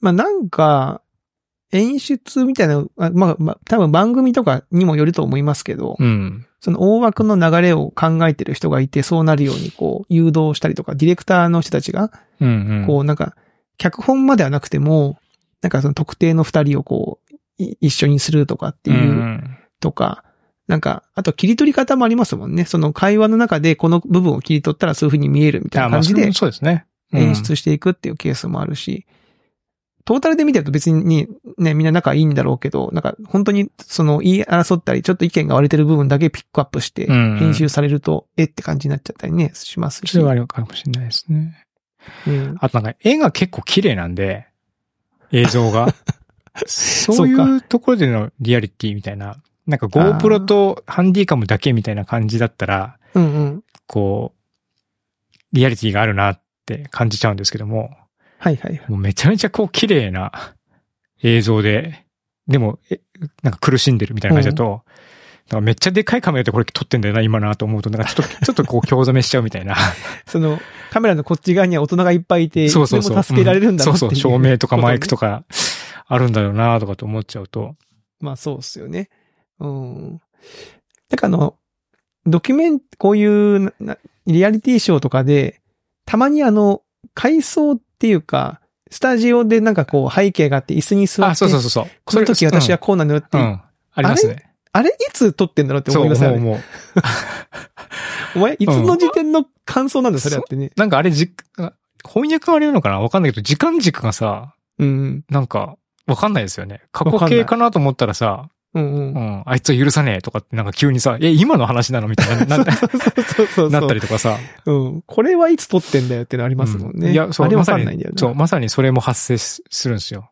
B: まあ、なんか、演出みたいな、あまあ、まあ、多分番組とかにもよると思いますけど、
A: うん。
B: その大枠の流れを考えてる人がいて、そうなるようにこう、誘導したりとか、ディレクターの人たちが、
A: うんうん。
B: こうなんか、脚本まではなくても、なんかその特定の二人をこう、い一緒にするとかって
A: ん
B: いう、
A: ん
B: とか、なんか、あと切り取り方もありますもんね。その会話の中でこの部分を切り取ったらそういう風に見えるみたい
A: あ
B: な
A: ま
B: 感
A: あ、
B: じ
A: そ
B: で
A: れもそうですね。うん
B: 演出していくっていうケースもあるし、トータルで見てると別にね、みんな仲いいんだろうけど、なんか本当にその言い争ったり、ちょっと意見が割れてる部分だけピックアップして、
A: うん
B: 編集されると、えって感じになっちゃったりね、しますし。
A: それはあるかもしれないですね。
B: うん
A: あとなんか絵が結構綺麗なんで、映像が。 [LAUGHS] そうい
B: そう
A: ところでのリアリティみたいな。なんか
B: あー
A: GoPro とハンディカムだけみたいな感じだったら、
B: うんうん。
A: こう、リアリティがあるなって感じちゃうんですけども、
B: はいはいはい。
A: もうめちゃめちゃこう綺麗な映像で、でも、えなんか苦しんでるみたいな感じだと、なんかめっちゃでかいカメラでこれ撮ってんだよな、今なと思うと、なんかちょっ
B: [LAUGHS]
A: と、ちょっとこう、興ざめしちゃうみたいな。
B: その、カメラのこっち側には大人がいっぱいいて、
A: そうそうそう。
B: でも助けられるんだ
A: う
B: なっ
A: ん
B: てい
A: そううそう。照明とかマイク
B: こと
A: か、あるんだよなとかと思っちゃうと。
B: ねまあそうっすよね。うん。だからあの、ドキュメン、こういうななリアリティショーとかで、たまにあの、階層っていうか、スタジオでなんかこう背景があって椅子に座って、
A: あ、そうそうそうそう。
B: この時私はこうなのよって
A: う
B: い
A: ん、
B: う、
A: うん。ありますね。
B: あれいつ撮ってんだろうって
A: そ
B: 思
A: う、
B: います
A: も
B: よ
A: う、
B: ね。
A: もう。
B: お前、いつの時点の感想なんだ、それだってね。
A: なんかあれじ、あ翻訳あれなのかなわかんないけど、時間軸がさ、
B: うん。
A: なんか、わかんないですよね。過
B: わ
A: 去
B: かんな
A: 形
B: い
A: かなと思ったらさ、
B: うんう。
A: うんん、あいつを許さねえとかって、なんか急にさ、え、今の話なのみたいな、な
B: そうそうそう。
A: なったりとかさ。
B: うん。これはいつ撮ってんだよってのありますもんね。
A: うんいや、そう、
B: あれ
A: ま
B: わ
A: さ
B: かんないんだ
A: に
B: よ、ね。
A: そう、まさにそれも発生すするんですよ。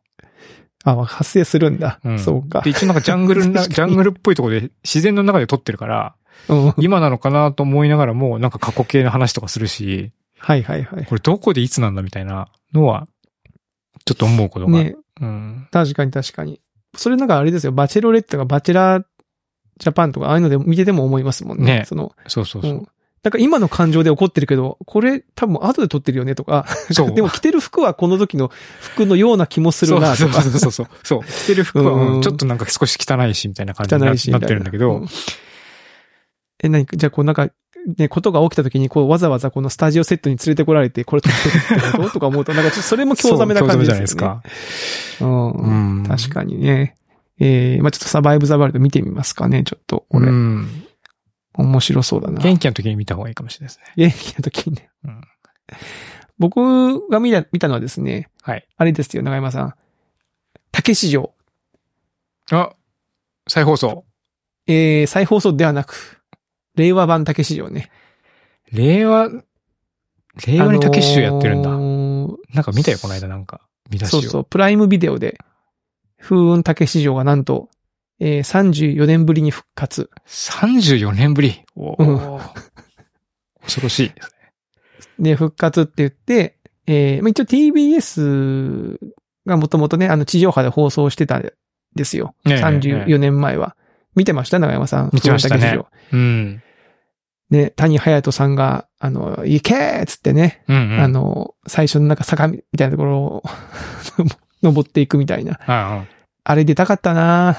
B: あ、まあ発生するんだ。
A: ん
B: そうか
A: で、。一応なんかジャン
B: [LAUGHS]
A: グルな、
B: 確
A: ジ
B: かに
A: ャングルっぽいところで自然の中で撮ってるから、
B: うん。はい
A: 今なのかなと思いながらも、なんか過去形の話とかするし、
B: はいはい。
A: これどこでいつなんだみたいなのは、ちょっと思うことが。
B: ね、
A: うん。
B: 確かに確かに。それなんかあれですよ、バチェロレッテとかバチェラージャパンとか、ああいうので見てても思いますもんね。
A: ね
B: その、
A: そうそう
B: う
A: そう。
B: ん。なんか今の感情で怒ってるけど、これ多分後で撮ってるよねとか、
A: そう。
B: [LAUGHS] でも着てる服はこの時の服のような気もするなと
A: そう
B: か。
A: そうそうそう。そう。着てる服は、
B: うん
A: うんちょっとなんか少し汚いし、みたいな感じに
B: 汚
A: ない
B: し。
A: なってるんだけど、
B: みたいな。うんえ、何じゃあこうなんか、ね、ことが起きた時に、こうわざわざこのスタジオセットに連れてこられて、これ撮ってるってこととか思うと、なんかちょっとそれも
A: そう
B: 興ざめな
A: 興
B: 感じ
A: ざ
B: ですよね。
A: めじゃないです
B: う
A: か。
B: ん。
A: ん
B: 確かにね。えー、まあちょっとサバイブ・ザ・ワールド見てみますかね、ちょっと。これ、
A: うん。
B: 面白そうだな。
A: 元気な時に見た方がいいかもしれないですね。
B: 元気な時にね。
A: うん
B: 僕が見た、見たのはですね、
A: はい。
B: あれですよ、長山さん。竹市場。
A: あ、再放送。
B: えー、再放送ではなく、令和版竹市場ね。
A: 令和、令和に竹市やってるんだ。
B: あの
A: なんか見たよ、この間なんか。見
B: ー
A: 出し
B: そ
A: を。
B: うそう、プライムビデオで、風雲竹市場がなんと、えー、34年ぶりに復活。
A: 34年ぶり。おー
B: う
A: 恐ろしい
B: [LAUGHS]
A: ですね。
B: で、復活って言って、えーまあ、一応 TBS がもともとね、あの地上波で放送してたんですよ。
A: ええ
B: 34年前は。見てました長山さん。
A: 見てましたね
B: 不安だけ事
A: うん。
B: 情ね、谷隼人さんが、あの、行けーっつってね、
A: うん、うん。
B: あ、の、最初のなんか坂みたいなところを [LAUGHS] 登っていくみたいな。
A: あ
B: あれ出たかったな
A: あ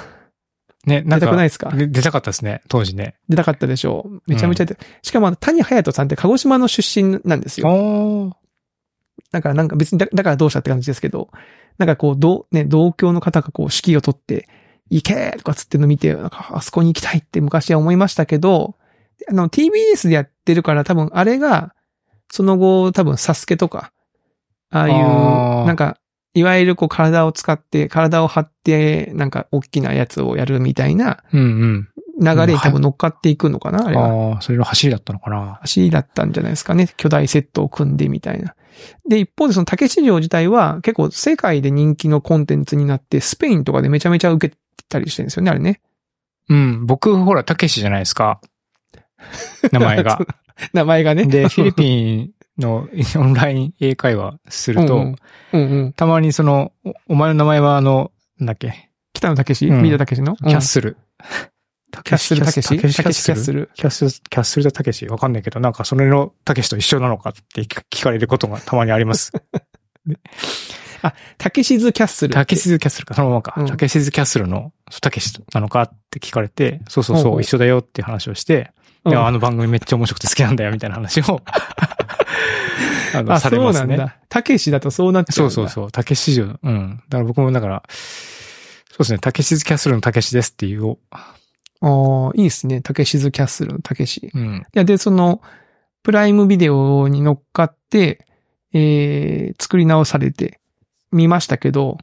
A: ね、な
B: 出
A: ん
B: たくない
A: か、
B: ですか
A: で出たかったですね、当時ね。
B: 出たかったでしょう。めちゃめちゃ出た、しかもあの谷隼人さんって鹿児島の出身なんですよ。
A: おー
B: だからなんか別にだ、だからどうしたって感じですけど、なんかこう、どう、ね、同郷の方がこう、指揮を取って、行けーとかつってんの見て、なんか、あそこに行きたいって昔は思いましたけど、あの、TBS でやってるから多分あれが、その後多分サスケとか、ああいう、
A: あー
B: なんか、いわゆるこう体を使って、体を張って、なんか大きなやつをやるみたいな
A: うんうん。
B: 流れに多分乗っかっていくのかな、あれは。
A: ああ、それの走りだったのかな。
B: 足だったんじゃないですかね。巨大セットを組んでみたいな。で、一方でその竹市場自体は結構世界で人気のコンテンツになって、スペインとかでめちゃめちゃ受けたりしてるんですよね、あれね。
A: うん。僕、ほら、たけしじゃないですか。名前が。
B: [LAUGHS] 名前がね。 [LAUGHS]
A: で、フィリピンの [LAUGHS] オンライン英会話すると、
B: うんうんうん。
A: たまにその、おお前の名前はあの、なんだっけ、
B: 北野武史
A: うん
B: 三田武史の
A: キャッスル。
B: キャッスル武史
A: キャッシュ
B: 武史キャッスル
A: キャッスル、キャッスルとたけしわかんないけど、なんかそれのたけしと一緒なのかって聞聞かれることがたまにあり
B: [LAUGHS]
A: ます。
B: うん武史ズキャッスル。
A: たけしずキャッスルか、そのままか
B: う。ん
A: たけしずキャッスルのたけしなのかって聞かれて、そうそう
B: ほう
A: そ
B: ほ
A: う、
B: う
A: 一緒だよって話をして、
B: うん
A: いやあの番組めっちゃ面白くて好きなんだよみたいな話
B: [LAUGHS]
A: を、あの、
B: あ、
A: さ
B: そ
A: れ
B: う
A: ま
B: な
A: す
B: ん
A: ね。
B: だ。武史だとそうなっちゃう
A: そ
B: ん
A: う
B: だ。
A: そうそう。たけしじゅうん。だから僕もだから、そうですね。たけしずキャッスルのたけしですっていう、
B: ああ、いいですね。たけしずキャッスルのたけし。い
A: うん。
B: や、で、その、プライムビデオに乗っかって、えー、作り直されて、見ましたけど、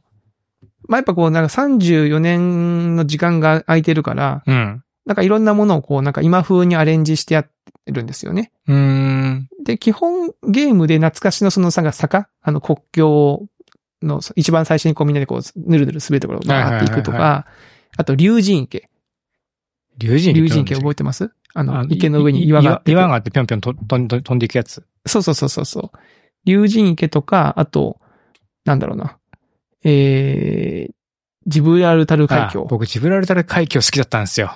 B: まあ、やっぱこう、なんか34年の時間が空いてるから、
A: うん。
B: なんかいろんなものをこう、なんか今風にアレンジしてやってるんですよね。
A: うーん。
B: で、基本ゲームで懐かしのそのさが坂あの国境のそ一番最初にこうみんなでこう、ぬるぬる滑るところを回っていくと
A: はいはい
B: か、あと竜神池。
A: 竜神
B: 竜神池覚え
A: え
B: てますあの、池の上に岩があって。
A: 岩があってぴょんぴょんととんと飛んでいくやつ。
B: そうそうそうそうそう。竜神池とか、あと、なんだろうな。えー、ジブラルタル海
A: あ
B: 峡。
A: 僕、ジブラルタル海峡好きだったんですよ。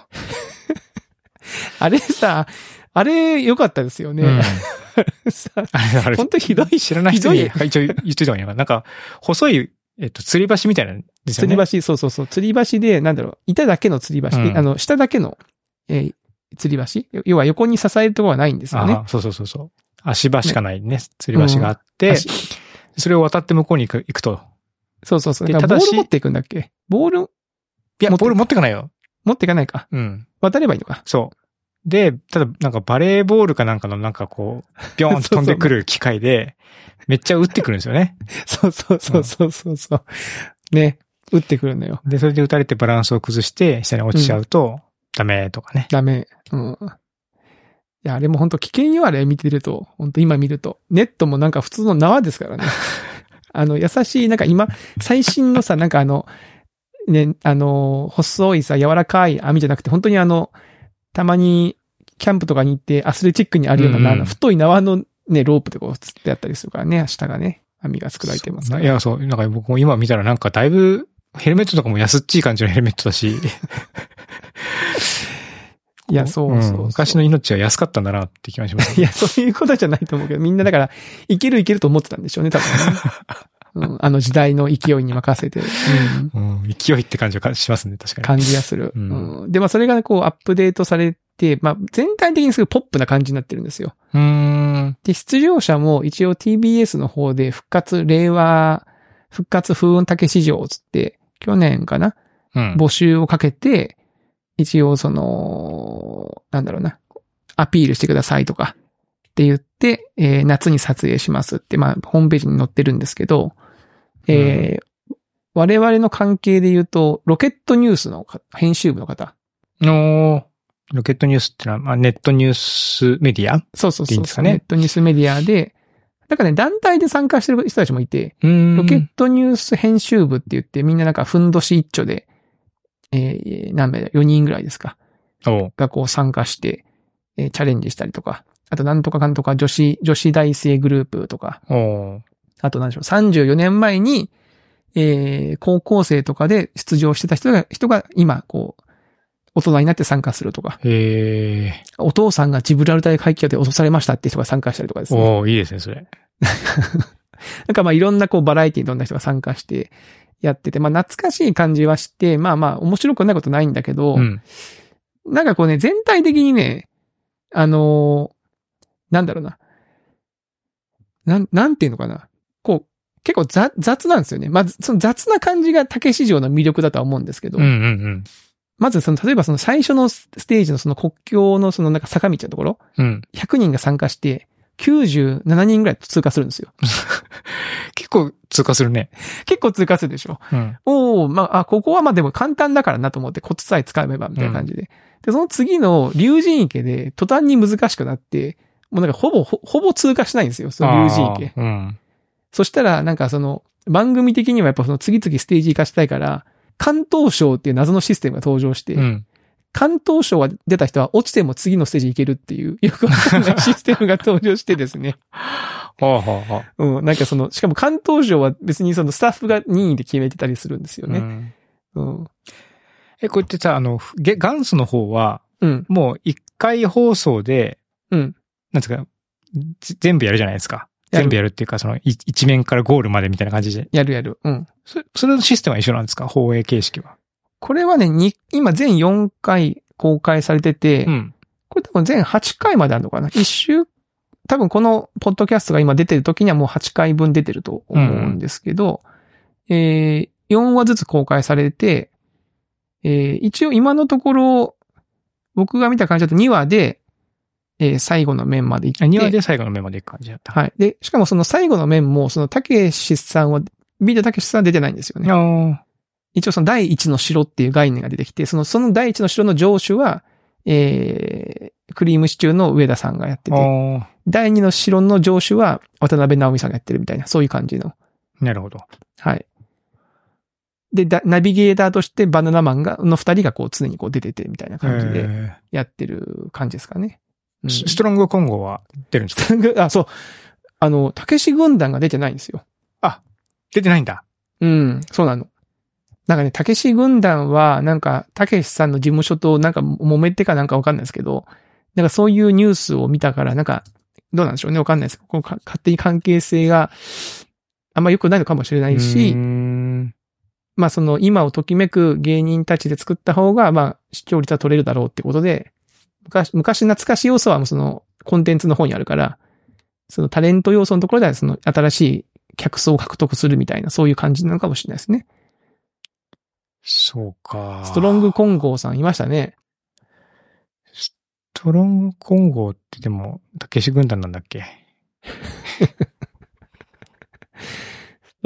B: あれさ、あれ良かったですよね。
A: うん
B: [LAUGHS] さ
A: あれ、あれ、
B: ほんとひど
A: い、知らない人に、
B: ひ
A: はい一応言っといた方がいいのかな。なんか、細い、えっと、吊り橋みたいなんですよ
B: 吊
A: ね。
B: り橋、そうそうそう。吊り橋で、なんだろう、板だけの吊り橋、
A: うん
B: あの、下だけの、えー吊り橋要は横に支えるところはないんですよね。
A: あそうそうそうそう。足場しかないね、吊り橋があって、
B: 足
A: それを渡って向こうに行く行くと。
B: そうそうそう。
A: で
B: だから
A: ただ
B: ボ
A: し
B: ール持っていくんだっけボール
A: いや、
B: 持って
A: ボール持ってかないよ。
B: 持っていかないか。
A: うん。
B: 渡ればいいのか。 [LAUGHS]
A: そう。で、ただ、なんかバレーボールかなんかの、なんかこう、ビョ
B: [LAUGHS]
A: ーンと飛んでくる機械で、めっちゃ打ってくるんですよね。
B: そうそうそうそうそうそう。ね。打ってくるのよ。
A: で、それで打たれてバランスを崩して、下に落ちちゃうと、ダメとかね。
B: ダメ。うん。いや、あれも本当危険よ、あれ見てると。本当今見ると。ネットもなんか普通の縄で
A: [LAUGHS]
B: すからね。あの、優しい、なんか今、最新のさ、なんかあの、ね、あの、細いさ、柔らかい網じゃなくて、本当にあの、たまに、キャンプとかに行って、アスレチックにあるような、
A: うんうん
B: 太い縄のね、ロープでこう、つってあったりするからね、下がね、網が作られてますか
A: い
B: ら。
A: や、そう、なんか僕も今見たらなんかだいぶ、ヘルメットとかも安っちい感じのヘルメットだし。
B: いや、そうそうそうん
A: 昔の命は安かったんだなって気がします。
B: いや、そういうことじゃないと思うけど、みんなだから、いけるいけると思ってたんでしょうね、多分ね。うん、あの時代の勢いに任せて、うん、
A: うん、勢いって感じがしますね、確かに。
B: 感じがする、
A: うん
B: うんで、まあそれがこうアップデートされて、まあ全体的にすごいポップな感じになってるんですよ。
A: うーん。
B: で、出場者も一応 TBS の方で復活、令和、復活風雲竹市場つって、去年かな
A: うん。
B: 募集をかけて、一応その、なんだろうな、アピールしてくださいとかって言って、えー夏に撮影しますって、まあ、ホームページに載ってるんですけど、えー我々の関係で言うと、ロケットニュースの編集部の方。
A: の、ロケットニュースってのは、まあ、ネットニュースメディアう
B: そうそうそう
A: いいんですかね
B: ネットニュースメディアで、だからね、団体で参加してる人たちもいて、
A: ーん
B: ロケットニュース編集部って言って、みんななんかふんどし一丁で、えー何名だ、4人ぐらいですか。
A: おう
B: がこう参加して、えーチャレンジしたりとか、あとなんとかかんとか女子、女子大生グループとか、
A: おう
B: あと何でしょう、34年前に、えー高校生とかで出場してた人が、人が今、こう、大人になって参加するとか、
A: へえ。
B: お父さんがジブラルタル海峡で落とされましたって人が参加したりとかですね。
A: おういいですね、それ。
B: [LAUGHS] なんかまあいろんなこうバラエティにいろんな人が参加してやってて、まあ懐かしい感じはして、まあまあ面白くないことないんだけど、
A: うん。
B: なんかこうね、全体的にね、あのーなんだろうな。なん、なんていうのかな。こう、結構雑、雑なんですよね。まず、その雑な感じが竹市場の魅力だとは思うんですけど、
A: うんうん
B: まずその、例えばその最初のスステージのその国境のそのなんか坂道のところ、
A: うん。うん。
B: 100人が参加して、97人ぐらい通過するんですよ。
A: 結構通過するね。
B: 結構通過するでしょ。
A: うん。
B: おおまあ、あここはまあでも簡単だからなと思って、コツさえ使えばみたいな感じで。で、その次の竜神池で途端に難しくなって、もうなんかほぼ、ほほぼ通過しないんですよ、その竜神池。
A: あーうん。
B: そしたら、なんかその、番組的にはやっぱその次々ステージ行かしたいから、関東省っていう謎のシステムが登場して、
A: うん。
B: 関東賞は出た人は落ちても次のステージ行けるっていう、 [LAUGHS] よくわかんないシステムが登場してですね。
A: あはあは
B: うん。なんかその、しかも関東賞は別にそのスタッフが任意で決めてたりするんですよ
A: あ。
B: ね。
A: ね。
B: うん。
A: え、こうやってさ、あの、ふげ元祖の方は、
B: うん。
A: もう一回放送で、
B: うん。
A: なんですか、ぜ全部やるじゃないですか。
B: やる
A: 全部やるっていうか、その、い一面からゴールまでみたいな感じで。
B: やるやる。うん。
A: それ、それのシステムは一緒なんですか放映形式は。
B: これはね、に今全4回公開されてて、
A: うん。
B: これ多分全8回まであるのかな一週、多分このポッドキャストが今出てる時にはもう8回分出てると思うんですけど、えー、4話ずつ公開されて、えー、一応今のところ、僕が見た感じだと2話で、えー、最後の面まで行って。
A: あ庭で最後の面まで行く感じだった。
B: はい。で、しかもその最後の面も、その、たけしさんは、ビートたけしさんは出てないんですよね。
A: あ
B: 一応その第一の城っていう概念が出てきて、その、その第一の城の城主は、えー、クリームシチューの上田さんがやって
A: あ。
B: て、
A: あ
B: 第二の城の城主は渡辺直美さんがやってるみたいな、そういう感じの。
A: あ。なるほど。
B: はい。で、だナビゲーターとしてバナナマンが、の二人がこう常にこう出ててみたいな感じ
A: へ
B: で
A: ー
B: やってる感じですかね。うん
A: スストロング今後は出るんですか
B: [LAUGHS] あ、そう。あの、たけし軍団が出てないんですよ。
A: 出てないんだ。
B: うん、そうなの。なんかね、たけし軍団は、なんか、たけしさんの事務所となんか揉めてかなんかわかんないですけど、なんかそういうニュースを見たから、なんか、どうなんでしょうね、わかんないです。こうか勝手に関係性があんま良くないのかもしれないう
A: ー
B: し、
A: ん
B: まあその今をときめく芸人たちで作った方が、まあ視聴率は取れるだろうってことで、昔、昔懐かしい要素はもうそのコンテンツの方にあるから、そのタレント要素のところではその新しい客層を獲得するみたいな、そういう感じなのかもしれないですね。
A: そうか。
B: ストロング金剛さんいましたね。 [LAUGHS]
A: ストロング混合ってでも、たけし軍団なんだっけ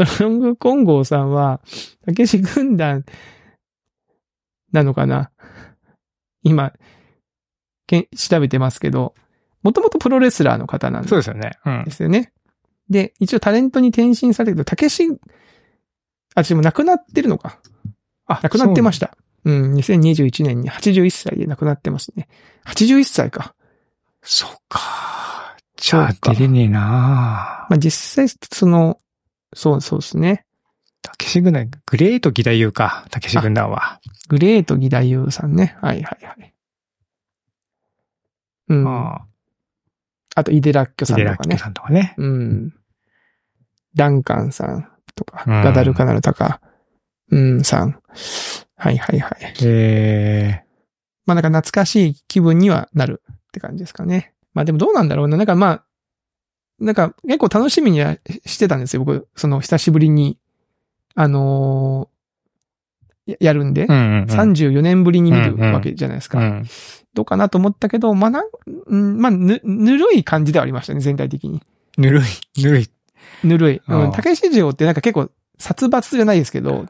B: ストロング金剛さんは、たけし軍団なのかな今、けん調べてますけど、もともとプロレスラーの方なん
A: そうで
B: で
A: すよね。うん。
B: すよね。で、一応タレントに転身されてるけど、たけし、あ、でも亡くなってるのか。
A: あ。
B: 亡くなってましたた。うん、2021年に81歳で亡くなってますね。81歳か。
A: そうか。じゃあ
B: そうか
A: 出れねえな
B: まあ、実際、その、そうそうですね。
A: たけし軍団、グレート議題言うか、たけし軍団は。
B: グレート義太夫さんね。はいはいはい。うん。あ
A: あ
B: と、イデラッキ
A: あ、
B: ョさん
A: デ
B: と
A: ラッ
B: か
A: キ
B: ね。
A: さんとかね。
B: うん。ダンカンさんとか、
A: うん
B: ガダルカナルタカ、うん、さん。はいはいはい。
A: え
B: まあなんか懐かしい気分にはなるって感じですかね。まあでもどうなんだろうな。なんかまあ、なんか結構楽しみにはしてたんですよ。僕、その久しぶりに、あのーややるんで、
A: えうんうんうん。
B: 34年ぶりに見るわけじゃないですか。
A: うん
B: どうかなと思ったけど、まあ、なん、うんまあ、ぬ、ぬるい感じではありましたね、全体的に。
A: ぬるい、ぬるい。
B: ぬるい。う
A: あ
B: ん。
A: あ
B: 竹市場ってなんか結構、殺伐じゃないですけど、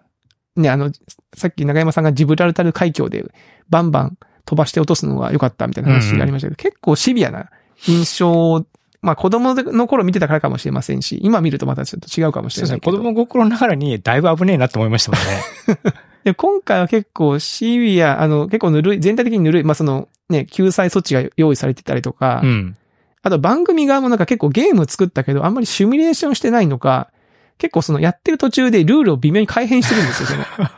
B: ね、あの、さっき中山さんがジブラルタル海峡でバンバン飛ばして落とすのが良かったみたいな話がありましたけど、結構シビアな印象を、まあ子供の頃見てたからかもしれませんし、今見るとまたちょっと違うかもし
A: そう
B: れ
A: です
B: ない
A: ね。
B: けど。
A: 子供心ながらに、だいぶ危ねえなと思いましたもんね。
B: で、今回は結構シビア、あの、結構ぬるい、全体的にぬるい、まあその、ね、救済措置が用意されてたりとか、
A: [LAUGHS] うん。
B: あと番組側もなんか結構ゲーム作ったけど、あんまりシミュレーションしてないのか、結構そのやってる途中でルールを微妙に改変してるんですよ、その。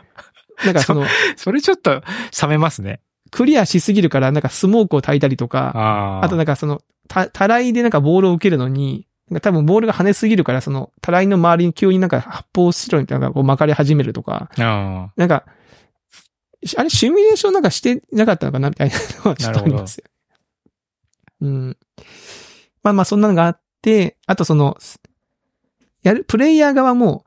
B: なんかその、
A: それちょっと、冷めますね。
B: クリアしすぎるからなんかスモークを焚いたりとか、
A: ああ。
B: あとなんかその、た、たらいでなんかボールを受けるのに、なんか多分ボールが跳ねすぎるから、その、たらいの周りに急になんか発泡スチロールみたいなのがこう巻かれ始めるとか、
A: あ
B: なんか、しあれ、シミュレーションなんかしてなかったのかなみたいなのはちょっとありますよ。うん。まあまあ、そんなのがあって、あとその、やる、プレイヤー側も、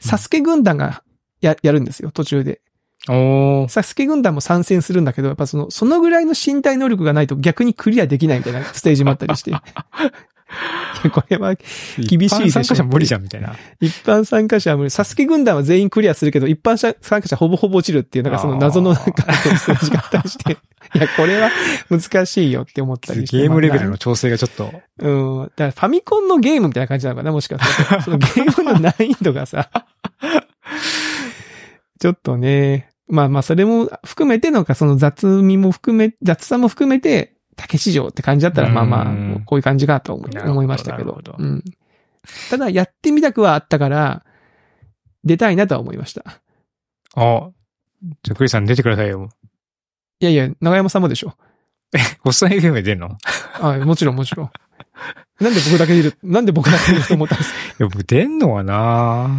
B: サスケ軍団がや、やるんですよ、途中で。
A: あ。おー。
B: サスケ軍団も参戦するんだけど、やっぱその、そのぐらいの身体能力がないと逆にクリアできないみたいなステージもあったりして。いやこれは、厳しいでしょ
A: 一般参加者無理じゃん、みたいな。
B: 一般参加者は無理。サスケ軍団は全員クリアするけど、一般参加者ほぼほぼ落ちるっていう、なんかその謎のなんか [LAUGHS] 数字があったりして。いや、これは難しいよって思ったりして。
A: ゲームレベル
B: ま
A: の調整がちょっと。
B: あなうん。だからファミコンのゲームみたいな感じなのかな、もしかした [LAUGHS] ら。そのゲームの難易度がさ。ちょっとね、まあまあ、それも含めてのか、その雑味も含め、雑さも含めて、竹市場って感じだったら、
A: うん
B: まあまあ、こういう感じかと思
A: なるほど
B: 思いましたけ
A: なる
B: ど
A: ほど
B: うん。ただ、やってみたくはあったから、出たいなとは思いました。
A: あ、じゃあクリスさん出てくださいよ。
B: いやいや、長山さんもでしょ。
A: おっさん FM 出んのい
B: はい、もちろんもちろん。なんで僕だけいる、なんで僕だけいると思ったんですか
A: や、僕出んのはな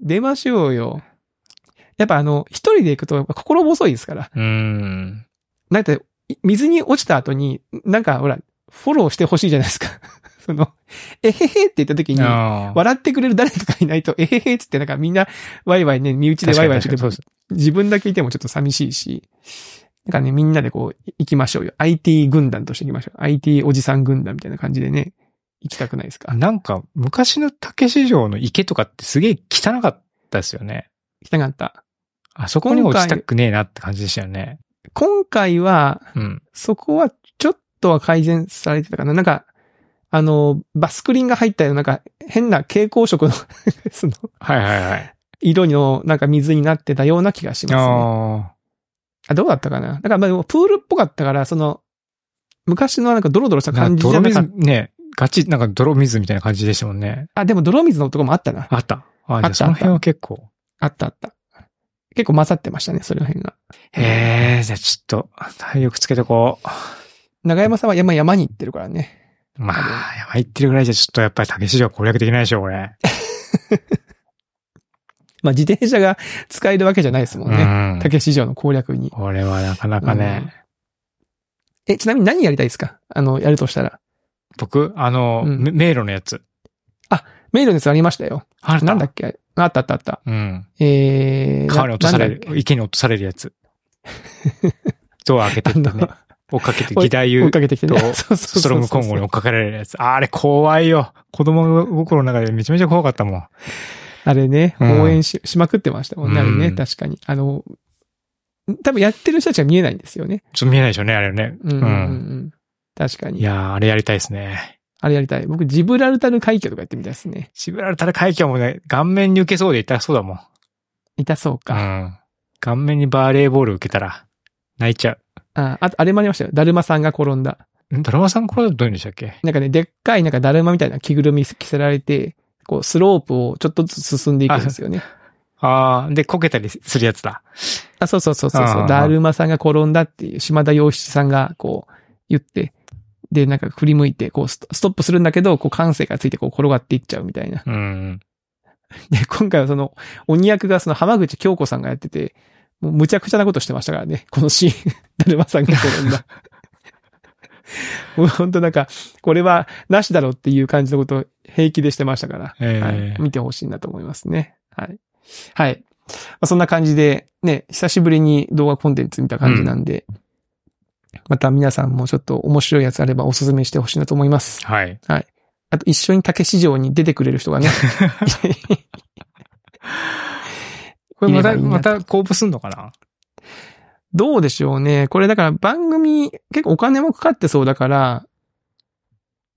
B: 出ましょうよ。やっぱあの、一人で行くとやっぱ心細いですから。
A: うん。
B: なんか、い水に落ちた後に、なんかほら、フォローしてほしいじゃないですか。 [LAUGHS] その、えへへって言った時に、
A: ああ。
B: 笑ってくれる誰かがいないと、えへへっつってなんかみんな、ワイワイね、身内でワイワイして
A: 確か
B: て
A: に確かにそうです、
B: 自分だけいてもちょっと寂しいし、なんかね、みんなでこう、行きましょうよ。IT 軍団として行きましょう。IT おじさん軍団みたいな感じでね、行きたくないですか
A: なんか、昔の竹市場の池とかってすげえ汚かったですよね。
B: 行きたかった。
A: あそこに落ちたくねえなって感じでしたよね。
B: 今回は、
A: うん。
B: そこはちょっとは改善されてたかな。なんか、あの、バスクリンが入ったような、なんか変な蛍光色の、 [LAUGHS] その、
A: はいはいはい。
B: 色のなんか水になってたような気がしますね。
A: あ
B: あ、どうだったかなだからまあでもプールっぽかったから、その、昔のなんかドロドロした
A: あ。な
B: 感
A: ん
B: じ
A: か
B: じ
A: 泥
B: ゃなか
A: 水
B: っ、
A: ね、ガチ、なんか泥水みたいな感じでしたもんね。
B: た。あ、でも泥水のとこもあったな。
A: あった。あ、じゃ
B: あっ
A: あ
B: た
A: その辺は結構。
B: あったあった。結構混ざってましたね、その辺が。
A: へえ、じゃあちょっと、体力つけとこう。
B: 長山さんは山山に行ってるからね。
A: まあ、やばいってるぐらいじゃちょっとやっぱり竹市場攻略できないでしょ、これ。
B: まあ自転車が使えるわけじゃないですもん
A: う
B: ね。
A: ん。
B: 竹市場の攻略に。
A: これはなかなかね。
B: え、ちなみに何やりたいですかあの、やるとしたら。
A: 僕、あの、
B: うん
A: め迷路のやつ。
B: メイルのやつありましたよ。
A: あれ
B: なんだっけあったあったあった。
A: うん。
B: えー。
A: 川に落とされ
B: な。なんだっ
A: る。池に落とされるや
B: [LAUGHS]
A: つ。ドア開けて
B: け
A: ってね。追っかけて、義太
B: あの追
A: 夫
B: いかけてき
A: [LAUGHS]
B: てね。
A: と
B: そうそうそうそう
A: ストロングコンゴに追っかけられるやつ。あれ怖いよ。子供心の中でめちゃめちゃ怖かったもん。
B: あれね、
A: うん
B: 応援し,、しまくってましたもんね。あれね、
A: うん
B: 確かに。あの、多分やってる人たちは見えないんですよね。
A: ちょっと見えないでしょうね、あれね。
B: うんうんうんうん。確か
A: い
B: に。
A: やー、あれやりたいですね。
B: あれやりたい。僕、ジブラルタル海峡とかやってみたいですね。
A: シブラルタル海峡もね、顔面に受けそうで痛そうだもん。
B: 痛そう
A: う
B: か。
A: ん。顔面にバレーボール受けたら、泣いちゃ
B: ああと、あれもありましたよ。だるまさんが転んだ。
A: う。んドラマさんこれはどういうんでしたっけ
B: なんかね、でっかいなんかだるまみたいな着ぐるみ着せられて、こう、スロープをちょっとずつ進んでいくんですよね。
A: あー、で、こけたりするやつだ。
B: あ、そうそうそうそう
A: あ
B: そう。
A: あ
B: だるまさんが転んだっていう、島田洋七さんがこう、言って、で、なんか振り向いて、こうスト、ストップするんだけど、こう、感性がついて、こう、転がっていっちゃうみたいな。
A: うん。
B: で、今回はその、鬼役がその、浜口京子さんがやってて、もう、むちゃくちゃなことしてましたからね。このシーン、 [LAUGHS] だるまさんが転んだ。もう本当なんか、これは、なしだろうっていう感じのことを平気でしてましたから。
A: え
B: は
A: ー
B: い、見てほしいなと思いますね。はい。はい。まあ、そんな感じで、ね、久しぶりに動画コンテンツ見た感じなんで、また皆さんもちょっと面白いやつあればおすすめしてほしいなと思います。
A: はい。
B: あと一緒に竹市場に出てくれる
A: [LAUGHS]
B: 人がね。
A: これまた、
B: いいね
A: また公募すんのかな
B: どうでしょうね。これだから番組、結構お金もかかってそうだから、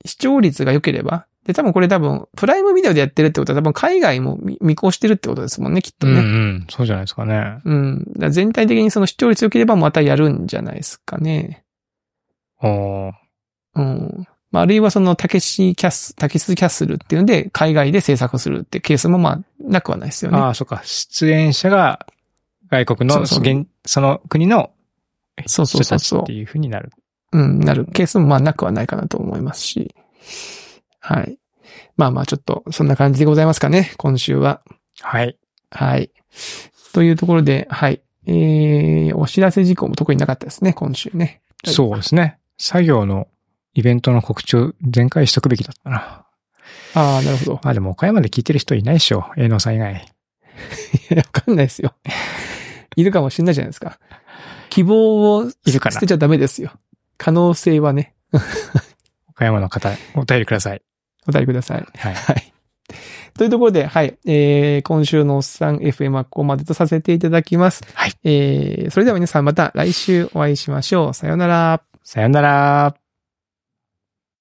B: 視聴率が良ければ。で、多分これ多分、プライムビデオでやってるってことは多分海外も見見越してるってことですもんね、きっと
A: うん
B: ね。
A: うん。そうじゃないですかね。
B: うん。だから全体的にその視聴率良ければまたやるんじゃないですかね。
A: おー
B: うん。まあ、あるいはその、たけしキャス、たけしキャッスルっていうので、海外で制作するってケースもまあ、なくはないですよね。
A: ああ、そっか。出演者が外国の、
B: そうそう
A: 現その国の
B: そうそう
A: 人
B: そ
A: た
B: う
A: ち
B: そう
A: っていうふうになる。
B: うん、なるケースもまあ、なくはないかなと思いますし。はい。まあまあ、ちょっと、そんな感じでございますかね、今週は。
A: はい。
B: はい。というところで、はい。えー、お知らせ事項も特になかったですね、今週ね。
A: そうですね。作業のイベントの告知を全開しとくべきだったな。
B: ああ、なるほど。
A: まあでも岡山で聞いてる人いないでしょ。営農さん以外。
B: い [LAUGHS] やわかんないですよ。いるかもしれないじゃないですか。希望を
A: いるかな
B: 捨てちゃダメですよ。可能性はね、
A: 岡山の方、お便りください。
B: お答えください。
A: はい。
B: はい。というところで、はい。えー、今週のおっさん FM はここまでとさせていただきます。
A: はい。
B: えー、それでは皆さんまた来週お会いしましょう。さようなら。
A: さよなら。